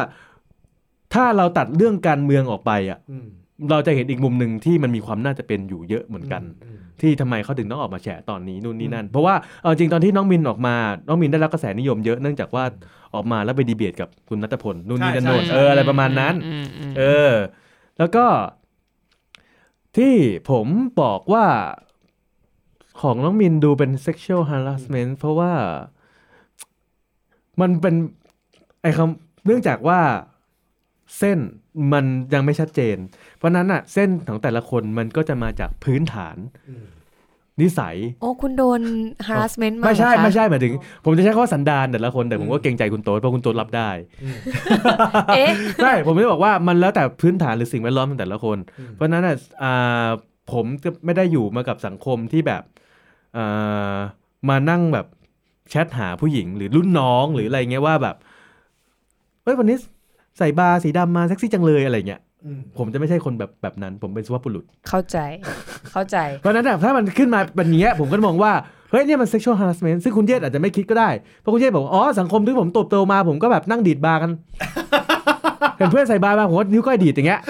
ถ้าเราตัดเรื่องการเมืองออกไปอ่ะ
อืม
เราจะเห็นอีกมุมหนึ่งที่มันมีความน่าจะเป็นอยู่เยอะเหมือนกัน
อืม
ที่ทำไมเขาถึงต้องออกมาแฉตอนนี้นู่นนี่นั่น เพราะว่าเอาจริงตอนที่น้องมินออกมา น้องมินได้รับกระแสนิยมเยอะเนื่องจากว่าออกมาแล้วไปดีเบตกับคุณนัทพลนู่นนี่นั่นโน่น
ใช่ใช่
เอออะไรประมาณนั้น
อืมอืม
เออ แล้วก็ที่ผมบอกว่าของน้องมินดูเป็น sexual harassment เพราะว่ามันเป็น ไอ้คำเนื่องจากว่าเส้นมันยังไม่ชัดเจน เพราะนั้นอะเส้นของแต่ละคนมันก็จะมาจากพื้นฐาน
อืม
นิสัย
โอ้คุณโดน harassment มา
ไม่ใช่
เหรอคะ
ไม่ใช่หมายถึง ผมจะใช้คำว่าสันดานแต่ละคนแต่ผมก็เกรงใจคุณโต๊ดเพราะคุณโต๊ดรับ ได้
เอ๊ะ
ใช่ผมไม่ได้บอกว่ามันแล้วแต่พื้นฐานหรือสิ่งแวดล้อมของแต่ละคน
อืม
เพราะฉะนั้นอ่ะอ่าผมก็ไม่ได้อยู่มากับสังคมที่แบบเอ่อมานั่งแบบแชทหาผู้หญิงหรือรุ่นน้องหรืออะไรเงี้ยว่าแบบเฮ้ยวันนี้ใส่บาร์สีดำมาเซ็กซี่จังเลยอะไรเงี้ย
อืม
ผมจะไม่ใช่คนแบบแบบนั้น ผมเป็นสุภาพบุรุษ
เข้าใจ เข้าใจ
เพราะฉะนั้นอ่ะถ้ามันขึ้นมาเป็นอย่างเงี้ยผมก็มองว่า เฮ้ยเนี่ยมัน sexual harassment ซึ่งคุณเยศอาจจะไม่คิดก็ได้ เพราะคุณเยศบอกว่าอ๋อสังคมที่ผมโตโตมาผมก็แบบนั่งดีดบาร์กัน เห็นเพื่อนใส่บาร์มาผมก็นิ้วก้อยดีดอย่างเงี้ย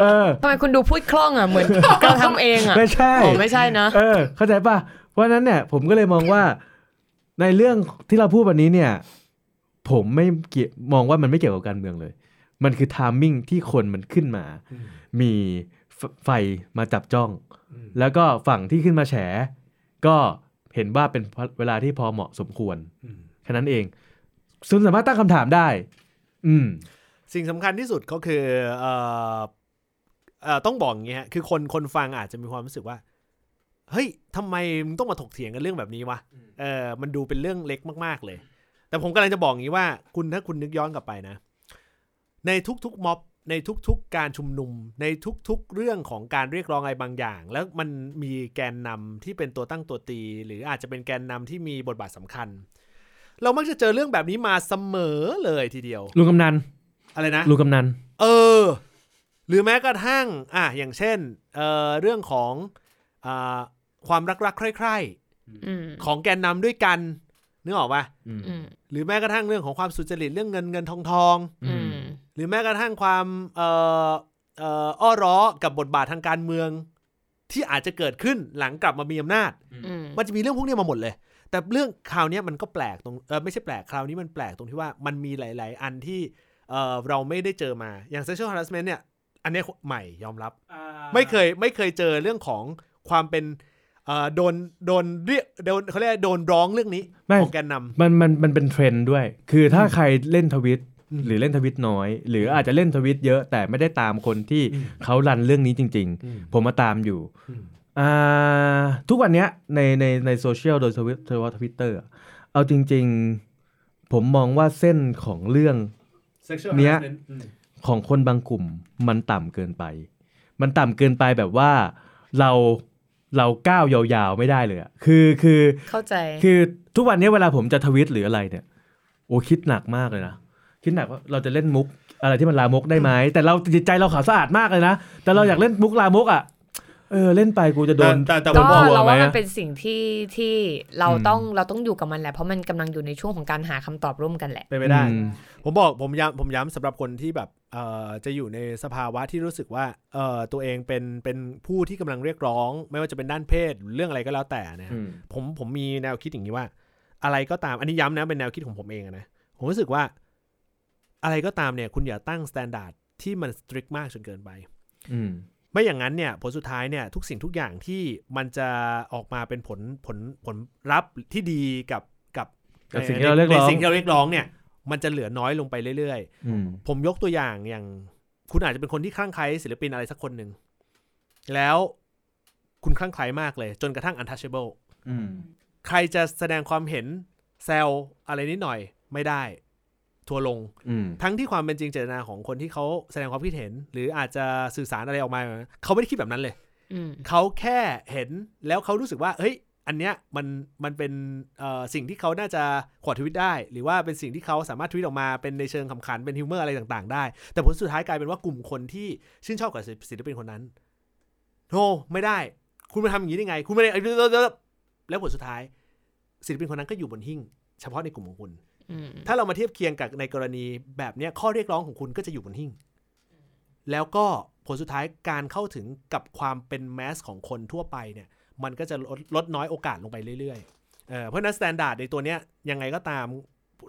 เออ
ทำไมคุณดูพูดคล่องอ่ะ เหมือนกำลังทำเองอ่ะ
ไม่ใช่
อ๋อไม่ใช่นะ
เออ เข้าใจป่ะ เพราะฉะนั้นเนี่ย ผมก็เลยมองว่าในเรื่องที่เราพูดวันนี้เนี่ย ผมไม่เกี่ยวมองว่ามันไม่เกี่ยวกับการเมืองเลย มันคือทามมิ่งที่คนมันขึ้นมา
อืม
มีไฟไฟมาจับจ้อง
อืม
แล้วก็ฝั่งที่ขึ้นมาแฉ ก็เห็นว่าเป็นเวลาที่พอเหมาะสมควร
อืม
แค่นั้นเองซึ่งสามารถตั้งคำถามได้ อืม
สิ่งสำคัญที่สุดก็คือเอ่อเอ่อต้องบอกอย่างเงี้ยคือคนคนฟังอาจจะมีความรู้สึกว่า เฮ้ยทำไมมึงต้องมาถกเถียงกันเรื่องแบบนี้วะเออมันดูเป็นเรื่องเล็กมาก ๆ เลย แต่ผมกำลังจะบอกอย่างนี้ว่า คุณถ้าคุณนึกย้อนกลับไปนะ ในทุกๆม็อบ ในทุกๆ การชุมนุม ในทุกๆ เรื่องของการเรียกร้องอะไรบางอย่าง แล้วมันมีแกนนำที่เป็นตัวตั้งตัวตี หรืออาจจะเป็นแกนนำที่มีบทบาทสำคัญ เรามักจะเจอเรื่องแบบนี้มาเสมอเลยทีเดียว
ลุงกำนัน
อะไรนะ
ลุงกำนัน
เออ หรือแม้กระทั่ง อ่ะอย่างเช่นเอ่อเรื่องของอาความรักรักๆใคร่
อืม
ๆ ของแกนนำด้วยกันนึกออกปะ
อืม
หรือแม้กระทั่งเรื่องของความสุจริตเรื่องเงินเงินทองทอง
อืม
หรือแม้กระทั่งความเอ่อเอ่ออ้อร้อกับบทบาททางการเมือง ที่อาจจะเกิดขึ้นหลังกลับมามีอำนาจ
อืม
มันจะมีเรื่องพวกเนี้ยมาหมดเลย แต่เรื่องคราวเนี้ยมันก็แปลกตรงเออไม่ใช่แปลกคราวนี้มันแปลกตรงที่ว่ามันมีหลาย ๆ อันที่เออเราไม่ได้เจอมาอย่าง sexual harassment เนี่ย อันเนี้ยใหม่ยอมรับ ไม่เคยไม่เคยเจอเรื่องของความเป็นเอ่อโดนโดนเรียกโดนเขาเรียกโดนร้องเรื่องนี้
ไม่
ของแกนนำ
มันมันมันเป็นเทรนด์ด้วย คือถ้าใครเล่นทวิต
อืม
หรือเล่นทวิตน้อย หรืออาจจะเล่นทวิตเยอะแต่ไม่ได้ตามคนที่
อืม
เขารันเรื่องนี้จริง
อืม
ๆ ผมมาตามอยู่
อืม
อ่าทุกวันเนี้ยในในในโซเชียลโดยทวิตเฉพาะทวิตเตอร์เอาจริง ๆ ผมมองว่าเส้นของเรื่อง
Sexual
เนี้ย
harassment อืม
ของคนบางกลุ่มมันต่ำเกินไป มันต่ำเกินไปแบบว่าเราเราก้าวยาวๆไม่ได้เลยอะคือคือ
เข้าใจ
คือทุกวันนี้เวลาผมจะทวิตหรืออะไรเนี่ย โอ้คิดหนักมากเลยนะ คิดหนักว่าเราจะเล่นมุก อะไรที่มันลามกได้ไหมแต่เราจิตใจเราขาวสะอาดมากเลยนะแต่เราอยากเล่นมุกลามกอ่ะเออเล่นไปกูจะโดน
แต่แต่แต่ผ
ก็
มบอก
ว่า
เราว่า
ไหม
มันเป็นสิ่งที่ที่เรา
อืม
ต้องเราต้องอยู่กับมันแหละเพราะมันกำลังอยู่ในช่วงของการหาคำตอบร่วมกันแหละ
เป็นไปได้
อืม
ผมบอกผมย้ำผมย้ำสำหรับคนที่แบบเอ่อจะอยู่ในสภาวะที่รู้สึกว่าเอ่อตัวเองเป็นเป็นผู้ที่กำลังเรียกร้อง ไม่ว่าจะเป็นด้านเพศหรือเรื่องอะไรก็แล้วแต่นะฮะ
อืม
ผมผมมีแนวคิดอย่างนี้ว่า อะไรก็ตามอันนี้ย้ำนะเป็นแนวคิดของผมเองอะนะผมรู้สึกว่า อะไรก็ตามเนี่ย คุณอย่าตั้งสแตนดาร์ดที่มันสตริกมากจนเกินไป
อืม
ไม่อย่างนั้นเนี่ยผลสุดท้ายเนี่ยทุกสิ่งทุกอย่างที่มันจะออกมาเป็นผลผลผลลัพธ์ที่ดีกับกับ
กับสิ่งที่เราเรียกร้อง
ในสิ่งที่เราเรียกร้องเนี่ย มันจะเหลือน้อยลงไปเรื่อย
อืม
ๆ ผมยกตัวอย่างอย่าง คุณอาจจะเป็นคนที่คลั่งไคล้ศิลปินอะไรสักคนหนึ่งแล้วคุณคลั่งไคล้มากเลย จนกระทั่ง untouchable
อืม
ใครจะแสดงความเห็นแซวอะไรนิดหน่อยไม่ได้ ทัวร์ลง
อืม
ทั้งที่ความเป็นจริงเจตนาของคนที่เขาแสดงความคิดเห็น หรืออาจจะสื่อสารอะไรออกมา เขาไม่ได้คิดแบบนั้นเลย
อืม
เขาแค่เห็นแล้วเขารู้สึกว่าเฮ้ยอันเนี้ยมันมันเป็นเอ่อสิ่งที่เขาน่าจะขอทวิตได้ หรือว่าเป็นสิ่งที่เขาสามารถทวิตออกมาเป็นในเชิงขำขันเป็นฮิวเมอร์อะไรต่างๆ ได้ แต่ผลสุดท้ายกลายเป็นว่ากลุ่มคนที่ชื่นชอบกับศิลปินคนนั้นโนไม่ได้ คุณมาทำอย่างนี้ได้ไง คุณไม่ได้แล้วผลสุดท้ายศิลปินคนนั้นก็อยู่บนหิ้งเฉพาะในกลุ่มของคุณ
อืม
ถ้าเรามาเทียบเคียงกับในกรณีแบบเนี้ยข้อเรียกร้องของคุณก็จะอยู่บนหิ้ง แล้วก็ผลสุดท้ายการเข้าถึงกับความเป็นแมสของคนทั่วไปเนี่ย มันก็จะลดลดน้อยโอกาสลงไปเรื่อยๆเออเพราะฉะนั้นสแตนดาร์ดในตัวเนี้ยยังไงก็ตาม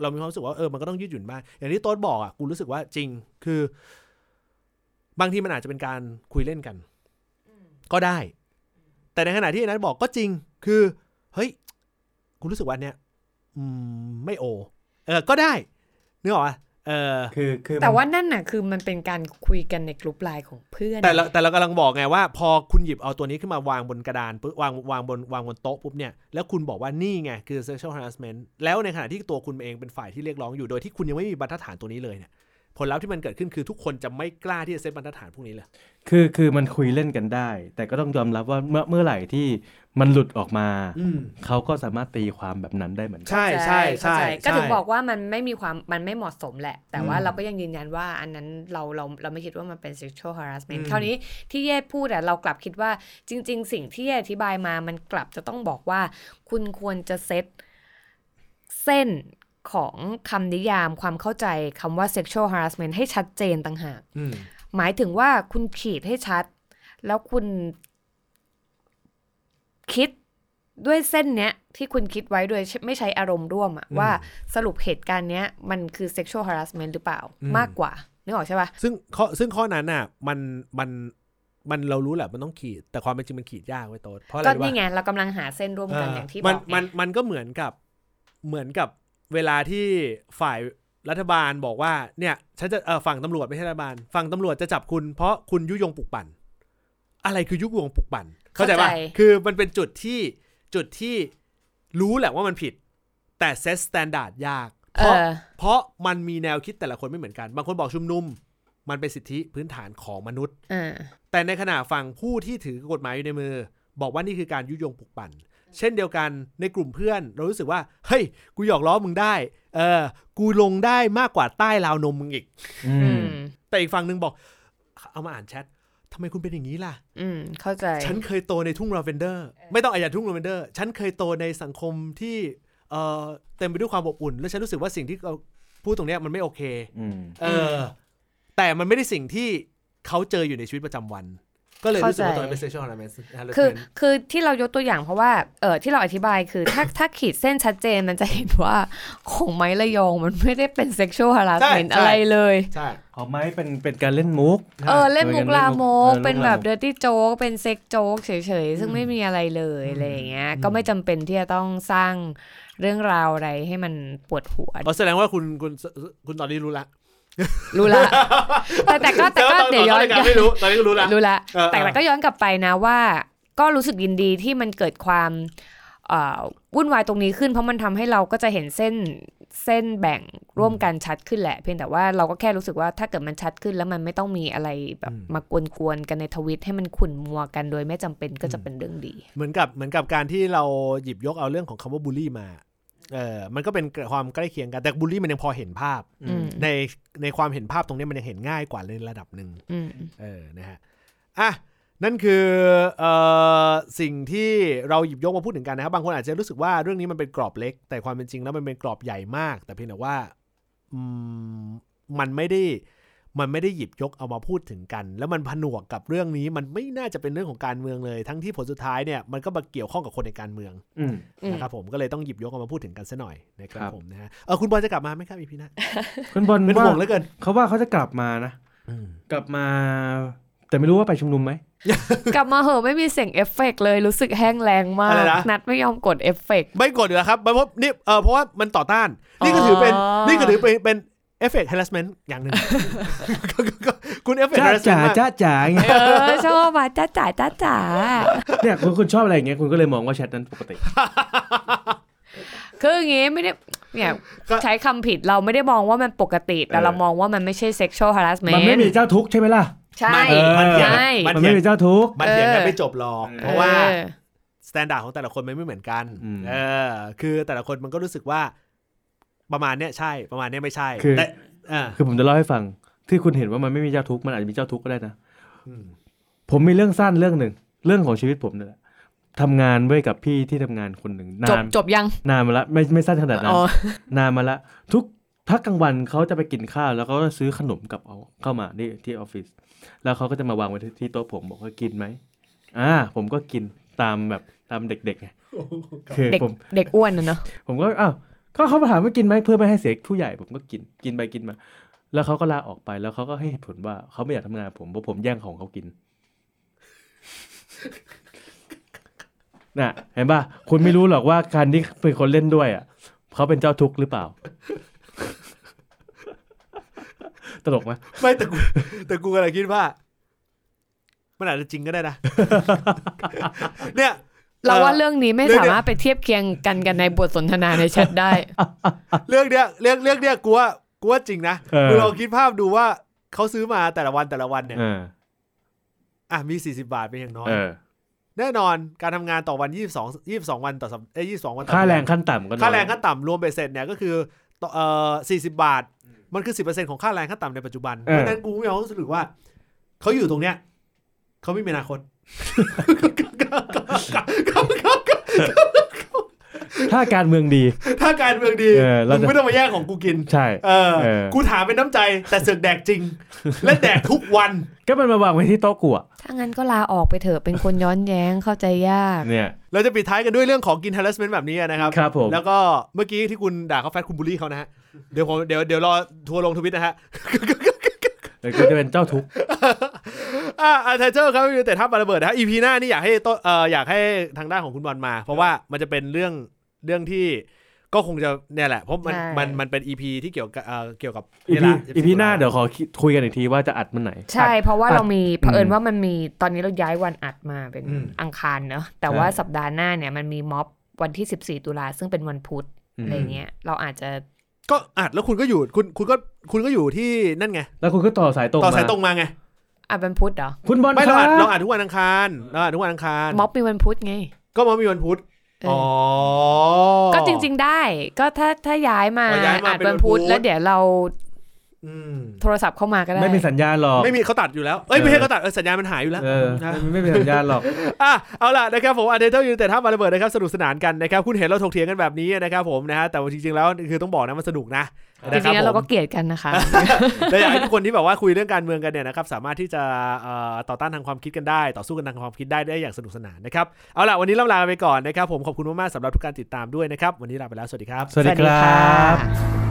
เรามีความรู้สึกว่าเออมันก็ต้องยืดหยุ่นบ้างอย่างที่โต๊ดบอกอ่ะกูรู้สึกว่าจริงคือ บางทีมันอาจจะเป็นการคุยเล่นกัน ก็ได้ แต่ในขณะที่ไอ้นั้นบอกก็จริง คือ เฮ้ยกูรู้สึกว่าอันเนี้ยอืมไม่โอ เออ ก็ได้นึกออกป่ะเออ
คือคือมัน
แต่ว่านั่นน่ะคือมันเป็นการคุยกันในกลุ่มไลน์ของเพื่อน
แต่เราแต่เรากำลังบอกไงว่า พอคุณหยิบเอาตัวนี้ขึ้นมาวางบนกระดานปุ๊บวางวางบนวางบนโต๊ะปุ๊บเนี่ยแล้วคุณบอกว่านี่ไงคือ sexual harassment แล้วในขณะที่ตัวคุณเองเป็นฝ่ายที่เรียกร้องอยู่โดยที่คุณยังไม่มีบรรทัดฐานตัวนี้เลยเนี่ยผลลัพธ์ที่มันเกิดขึ้นคือทุกคนจะไม่กล้าที่จะเซตบรรทัดฐานพวกนี้เลย
คือคือมันคุยเล่นกันได้ แต่ก็ต้องยอมรับว่าเมื่อเมื่อไหร่ที่มันหลุดออกมา
อืม
เขาก็สามารถตีความแบบนั้นได้เหมือนกัน
ใช่ใช่
เข้า
ใช่
จก็
ใช่
ถึงบอกว่ามันไม่มีความมันไม่เหมาะสมแหละ แต่ว่า
อืม
เราก็ยังยืนยันว่าอันนั้นเราเราเราไม่คิดว่ามันเป็น sexual harassment
อืม
คราวนี้ที่เย่พูดอะเรากลับคิดว่าจริง ๆ สิ่งที่เย่อธิบายมามันกลับจะต้องบอกว่า คุณควรจะเซตเส้นของคำนิยามความเข้าใจคำว่า sexual harassment ให้ชัดเจนต่างหาก
อืม
หมายถึงว่าคุณขีดให้ชัด แล้วคุณคิดด้วยเส้นเนี้ย ที่คุณคิดไว้โดยไม่ใช้อารมณ์ร่วมอะว่าสรุปเหตุการณ์เนี้ย มันคือ sexual harassment หรือเปล่า มากกว่านึกออกใช่ปะ
ซึ่งข้อซึ่งข้อนั้นน่ะมันมันมันเรารู้แหละมันต้องขีด แต่ความเป็นจริงมันขีดยากไว้ยโต๊ดเพราะอะไร
ก็
รู้ปะ
นี่ไงเรากำลังหาเส้นร่วมกันอย่างที่บ
มั
อน ก
มันมันก็เหมือนกับเหมือนกับเวลาที่ฝ่ายรัฐบาลบอกว่าเนี่ยฉันจะเออฝั่งตำรวจไม่ใช่รัฐบาล ฝั่งตำรวจจะจับคุณเพราะคุณยุยงปลุกปั่น อะไรคือยุยงปลุกปั่น เข้าใจป่ะคือมันเป็นจุดที่จุดที่รู้แหละว่ามันผิด แต่เซตสแตนดาร์ดยาก เพ
เอ
ราะ
อ
เพราะมันมีแนวคิดแต่ละคนไม่เหมือนกัน บางคนบอกชุมนุม มันเป็นสิทธิพื้นฐานของมนุษย์
อ่า
แต่ในขณะฝั่งผู้ที่ถือกฎหมายอยู่ในมือ บอกว่านี่คือการยุยงปลุกปั่น เช่นเดียวกันในกลุ่มเพื่อน เรารู้สึกว่า เฮ้ย กูหยอกล้อมึงได้ เออ กูลงได้มากกว่าใต้ราวนมมึงอีก
อื
อื
ม
ม
แต่อีกฝั่งหนึ่งบอก เอามาอ่านแชททำไมคุณเป็นอย่างนี้ล่ะ
อืม เข้าใจ
ฉันเคยโตในทุ่งลาเวนเดอร์ ไม่ต้องอายัดทุ่งลาเวนเดอร์ ฉันเคยโตในสังคมที่เอ่อเต็มไปด้วยความอบอุ่น และฉันรู้สึกว่าสิ่งที่เราพูดตรงเนี้ยมันไม่โอเค
อืม
เออ แต่มันไม่ได้สิ่งที่เขาเจออยู่ในชีวิตประจำวัน ก็เลยรู้สึกว่าตัวเองเป็น sexual harassment
คือคือที่เรายกตัวอย่างเพราะว่า เออที่เราอธิบายคือ ถ้าถ้าขีดเส้นชัดเจนมันจะเห็นว่าของไม้ระยองมันไม่ได้เป็น sexual
ใช่
harassment
ใช่
อะไรเลย
ใช่
เอาไหมเป็นเป็นการเล่นมุก
ใช่
เออ เล่นมุกลามก
เออเล่นมุกลามก
เป็นแบบเดอร์ตี้โจ๊กเป็นเซ็กโจ๊กเฉยๆ ซึ่งไม่มีอะไรเลยอะไรอย่างเงี้ย ก็ไม่จำเป็นที่จะต้องสร้างเรื่องราวอะไรให้มันปวดหัว
อ๋อแสดงว่าคุณคุณคุณตอนนี้รู้ละ
รู้ละ แต่แต่ก็แต่ก็
อน
เดี๋ยวย้อน
ตอนไม่รู้ตอนนี้ก็รู้ละ
รู้ละ
เออ
แต่
เออ
แต่ก็ย้อนกลับไปนะว่า ก็รู้สึกยินดีที่มันเกิดความเอ่อวุ่นวายตรงนี้ขึ้น เพราะมันทำให้เราก็จะเห็นเส้นเส้นแบ่งร่วมกันชัดขึ้นแหละ เพียงแต่ว่าเราก็แค่รู้สึกว่าถ้าเกิดมันชัดขึ้นแล้วมันไม่ต้องมีอะไรแบบมากวนๆกันในทวิตให้มันขุ่นมัวกันโดยไม่จำเป็นก็จะเป็นเรื่องดี
เหมือนกับเหมือนกับการที่เราหยิบยกเอาเรื่องของคำว่าบูลลี่มา เออมันก็เป็นความใกล้เคียงกันแต่บูลลี่มันยังพอเห็นภาพ
อืม
ในในความเห็นภาพตรงนี้มันยังเห็นง่ายกว่าในระดับหนึ่ง
อืม
เออ นะฮะ อ่ะ นั่นคือเอ่อสิ่งที่เราหยิบยกมาพูดถึงกันนะครับ บางคนอาจจะรู้สึกว่าเรื่องนี้มันเป็นกรอบเล็ก แต่ความเป็นจริงแล้วมันเป็นกรอบใหญ่มาก แต่เพียงแต่ว่าอืมมันไม่ได้ มันไม่ได้หยิบยกเอามาพูดถึงกัน แล้วมันผนวกกับเรื่องนี้ มันไม่น่าจะเป็นเรื่องของการเมืองเลย ทั้งที่ผลสุดท้ายเนี่ย มันก็มาเกี่ยวข้องกับคนในการเมือง
อืม
อืม
นะครับผม ก็เลยต้องหยิบยกเอามาพูดถึงกันซะหน่อยนะครับ
ครับ
ผมนะฮะ เออคุณบอลจะกลับมาไหมครับอีพีหน้า
คุณบอล
เป็นห่วงเหลือ
ว่า
เกิน
เขาว่าเขาจะกลับมานะ
อืม
กลับมา แต่ไม่รู้ว่าไปชุมนุมไหม
กลับมาเหอะไม่มีเสียงเอฟเฟกต์เลยรู้สึกแห้งแรงมา
อะไร
ก
นะ
นัดไม่ยอมกดเอฟเฟกต์
ไม่กดอยู่แล้วครับเพราะนี่เออเพราะว่ามันต่อต้าน นี่ก็ถือเป็น
อ๋อ
นี่ก็ถือเป็นเป็นเอฟเฟกต์ harassment อย่างห นึ่ง คุณเอฟเฟกต์
จ้าจ๋า
harassment มาก
จ้าจ๋าไง
เออ ชอบอ่ะจ้าจ๋าจ้าจ๋า
เนี่ยคุณคุณชอบอะไรอย่างเงี้ยคุณก็เลยมองว่าแชทนั้นปกติ
คืออย่างงี้ไม่ได้เนี่ยใช้คำผิดเราไม่ได้มองว่ามันปกติ แต่
เออ
เรามองว่ามันไม่ใช่ sexual
มัน
harassment
ไม่มีเจ้าทุกข์ใช่ไหมล่ะ
ใช่
เออ
มันเถียง
ใช่
มัน
มัน
เถีย
ไม่
ง
มีเจ้าทุกข์
มันเถียงกันไม่จบหรอก เพราะว่า
เออ
สแตนดาร์ดของแต่ละคนมันไม่เหมือนกัน
อืม
เออคือแต่ละคนมันก็รู้สึกว่า ประมาณเนี้ยใช่ประมาณเนี้ยไม่ใช่
คือ
แต่เอ่า
คือผมจะเล่าให้ฟัง ที่คุณเห็นว่ามันไม่มีเจ้าทุกข์มันอาจจะมีเจ้าทุกข์ก็ได้นะ ผมมีเรื่องสั้นเรื่องหนึ่งเรื่องของชีวิตผมเนี่ยแหละทำงานด้วยกับพี่ที่ทำงานคนหนึ่งนา
จบ
น
จบยัง
นานมาละไม่ไม่สั้นขนาดนั้น
อ๋อน
านมาละ ทุกพักกลางวันเขาจะไปกินข้าว แล้วเขาก็ซื้อขนมกลับเอาเข้ามาที่ที่ออฟฟิศแล้วเขาก็จะมาวางไว้ที่ที่โต๊ะผมบอกว่ากินไหมอ่าผมก็กินตามแบบตามเด็กๆไงคือ
เด็ก
ผม
เด็กอ้วนนะเนาะ
ผมก็อ้าวก็เขามาถามว่ากินไหมเพื่อไม่ให้เสียผู้ใหญ่ผมก็กินกินไปกินมา แล้วเขาก็ลาออกไปแล้วเขาก็ให้เหตุผลว่าเขาไม่อยากทำงานผมเพราะผมแย่งของเขากิน น่ะเห็นป่ะคุณไม่รู้หรอกว่าการที่เป็นคนเล่นด้วยอ่ะเขาเป็นเจ้าทุกข์หรือเปล่า ตลกไหม
ไม่แต่กูแต่กูกำลังคิดว่ามันอาจจะจริงก็ได้ นะ เนี่ย
เราว่าเรื่องนี้ไม่
เรื่อง
สามารถไปเทียบเคียงกันกันในบทสนทนาในแชทได้
เรื่องเนี้ยเรื่องเรื่องเนี้ยกูว่ากูว่าจริงนะ
เออ
กูลองคิดภาพดูว่าเขาซื้อมาแต่ละวันแต่ละวันเนี่ย
เออ
อ่ะมี 40 บาทเป็นอย่างน้อย
เออ
แน่นอนการทำงานต่อวัน 22 22 วันต่อสัปเอ้ย22 วันต่อ
ค่าแรง
เดือน
ขั้นต่ำก็น้อย
ค่าแรงขั้นต่ำรวมไปเสร็จเนี่ยก็คือต่อเอ่อ40 บาท มันคือ 10%ของค่าแรงขั้นต่ำในปัจจุบันเพราะฉะนั้นกูไม่เอารู้สึกว่าเขาอยู่ตรงเนี้ยเขาไม่มีอนาคต
ถ้าการเมืองดี
ถ้าการเมืองดี
เออเรา
มึง
จะ
ไม่ต้องมาแย่งของกูกิน
ใช่
เออ
เออ
กูถามเป็นน้ำใจแต่เสือกแดกจริง และแดกทุกวัน
ก็มันมาวางไว้ที่โต๊ะกูอ่ะ
ถ้างั้นก็ลาออกไปเถอะเป็นคนย้อนแย้งเข้าใจยาก
เนี่ย
เราจะปิดท้ายกันด้วยเรื่องของกิน harassment แบบนี้นะครับ
ครับผม
แล้วก็เมื่อกี้ที่คุณด่าเขาแฟตคุณบูลลี่เขานะฮะ เดี๋ยวผมเดี๋ยวเดี๋ยวรอทัวร์ลงทวิตนะฮะ
เดี๋ยวกูจะเป็นเจ้าทุกข์
อ่าอาร์เทเจอร์ครับมีแต่ทับระเบิดนะฮะ EP หน้านี่อยากให้ต้นเอ่ออยากให้ทางด้านของคุณบอลมา เพราะว่ามันจะเป็นเรื่องเรื่องที่ก็คงจะเนี่ยแหละ เพราะมัน
ใช่
มันมันเป็น EP ที่เกี่ยวกับเอ่อเกี่ยวกับ
อี
เนี่ย
พี
แหละ
อีพีหน้าเดี๋ยวขอคิดคุยกันอีกทีว่าจะอัดมันไหน
ใช่เพราะว่า
อัด
เรามีเผอิญ
อืม
ว่ามันมีตอนนี้เราย้ายวันอัดมาเป็น
อืม
อังคารเนอะแต่
ใช่
ว่าสัปดาห์หน้าเนี่ยมันมีม็อบวันที่ 14 ตุลาซึ่งเป็นวันพุธ
อืม
อะไรเงี้ยเราอาจจะ
ก็อัดแล้วคุณก็อยู่คุณคุณก็คุณก็อยู่ที่นั่นไง
แล้วคุณก็ต่อสายตรง
ต่อ
มา
สายตรงมาไง
อ่ะเป็นพุธเหรอ
คุณบอล
ไม่
ค
เรา
รั
อัดเรา
บ
อัดทุกวันอังคารเราอัดทุกวันอังคาร
ม็อบมีวันพุธไง
ก็มันมีวันพุธ
เออ
อ๋อ
อก็จริง ๆได้ ก็ถ้าถ้าย้ายมา
อ๋อย้ายมา
อัด
เป็นวั
วัน น
พุ
พุ
ธ
ธแล้วเดี๋ยวเรา
ๆอืม
โทรศัพท์เข้ามาก็ได้
ไม่มีสัญญาณหรอก
ไม่มีเขาตัดอยู่แล้ว เอ้ย
เออ
ไม่ใช่เขาตัดเออสัญญาณมันหายอยู่แล้ว
เออ
นะ
ไม่มีสัญญาณหรอก
อ่ะเอาล่ะนะครับผมอาร์เดนเทลยูแต่ท่ามาระเบิดนะครับสนุกสนานกันนะครับคุณเห็นเราถกเถียงกันแบบนี้นะครับผมนะฮะแต่ว่าจริงๆแล้วคือต้องบอกนะมันสนุกนะ
จ
นะค
ริ
บ
งๆแล้วเราก็
ผม
เกลียดกันนะคะ
และอยากให้ทุกคนที่แบบว่าคุยเรื่องการเมืองกันเนี่ยนะครับสามารถที่จะเอ่อต่อต้านทางความคิดกันได้ ต่อสู้กันทางความคิดได้ได้อย่างสนุกสนานนะครับเอาล่ะวันนี้ล่ำลาไปก่อนนะครับผมขอบคุณมากๆสำหรับทุกการติดตามด้วยนะครับวันนี้ลาไปแล้วสวัสดีครับ
สวัสดีครับ
บ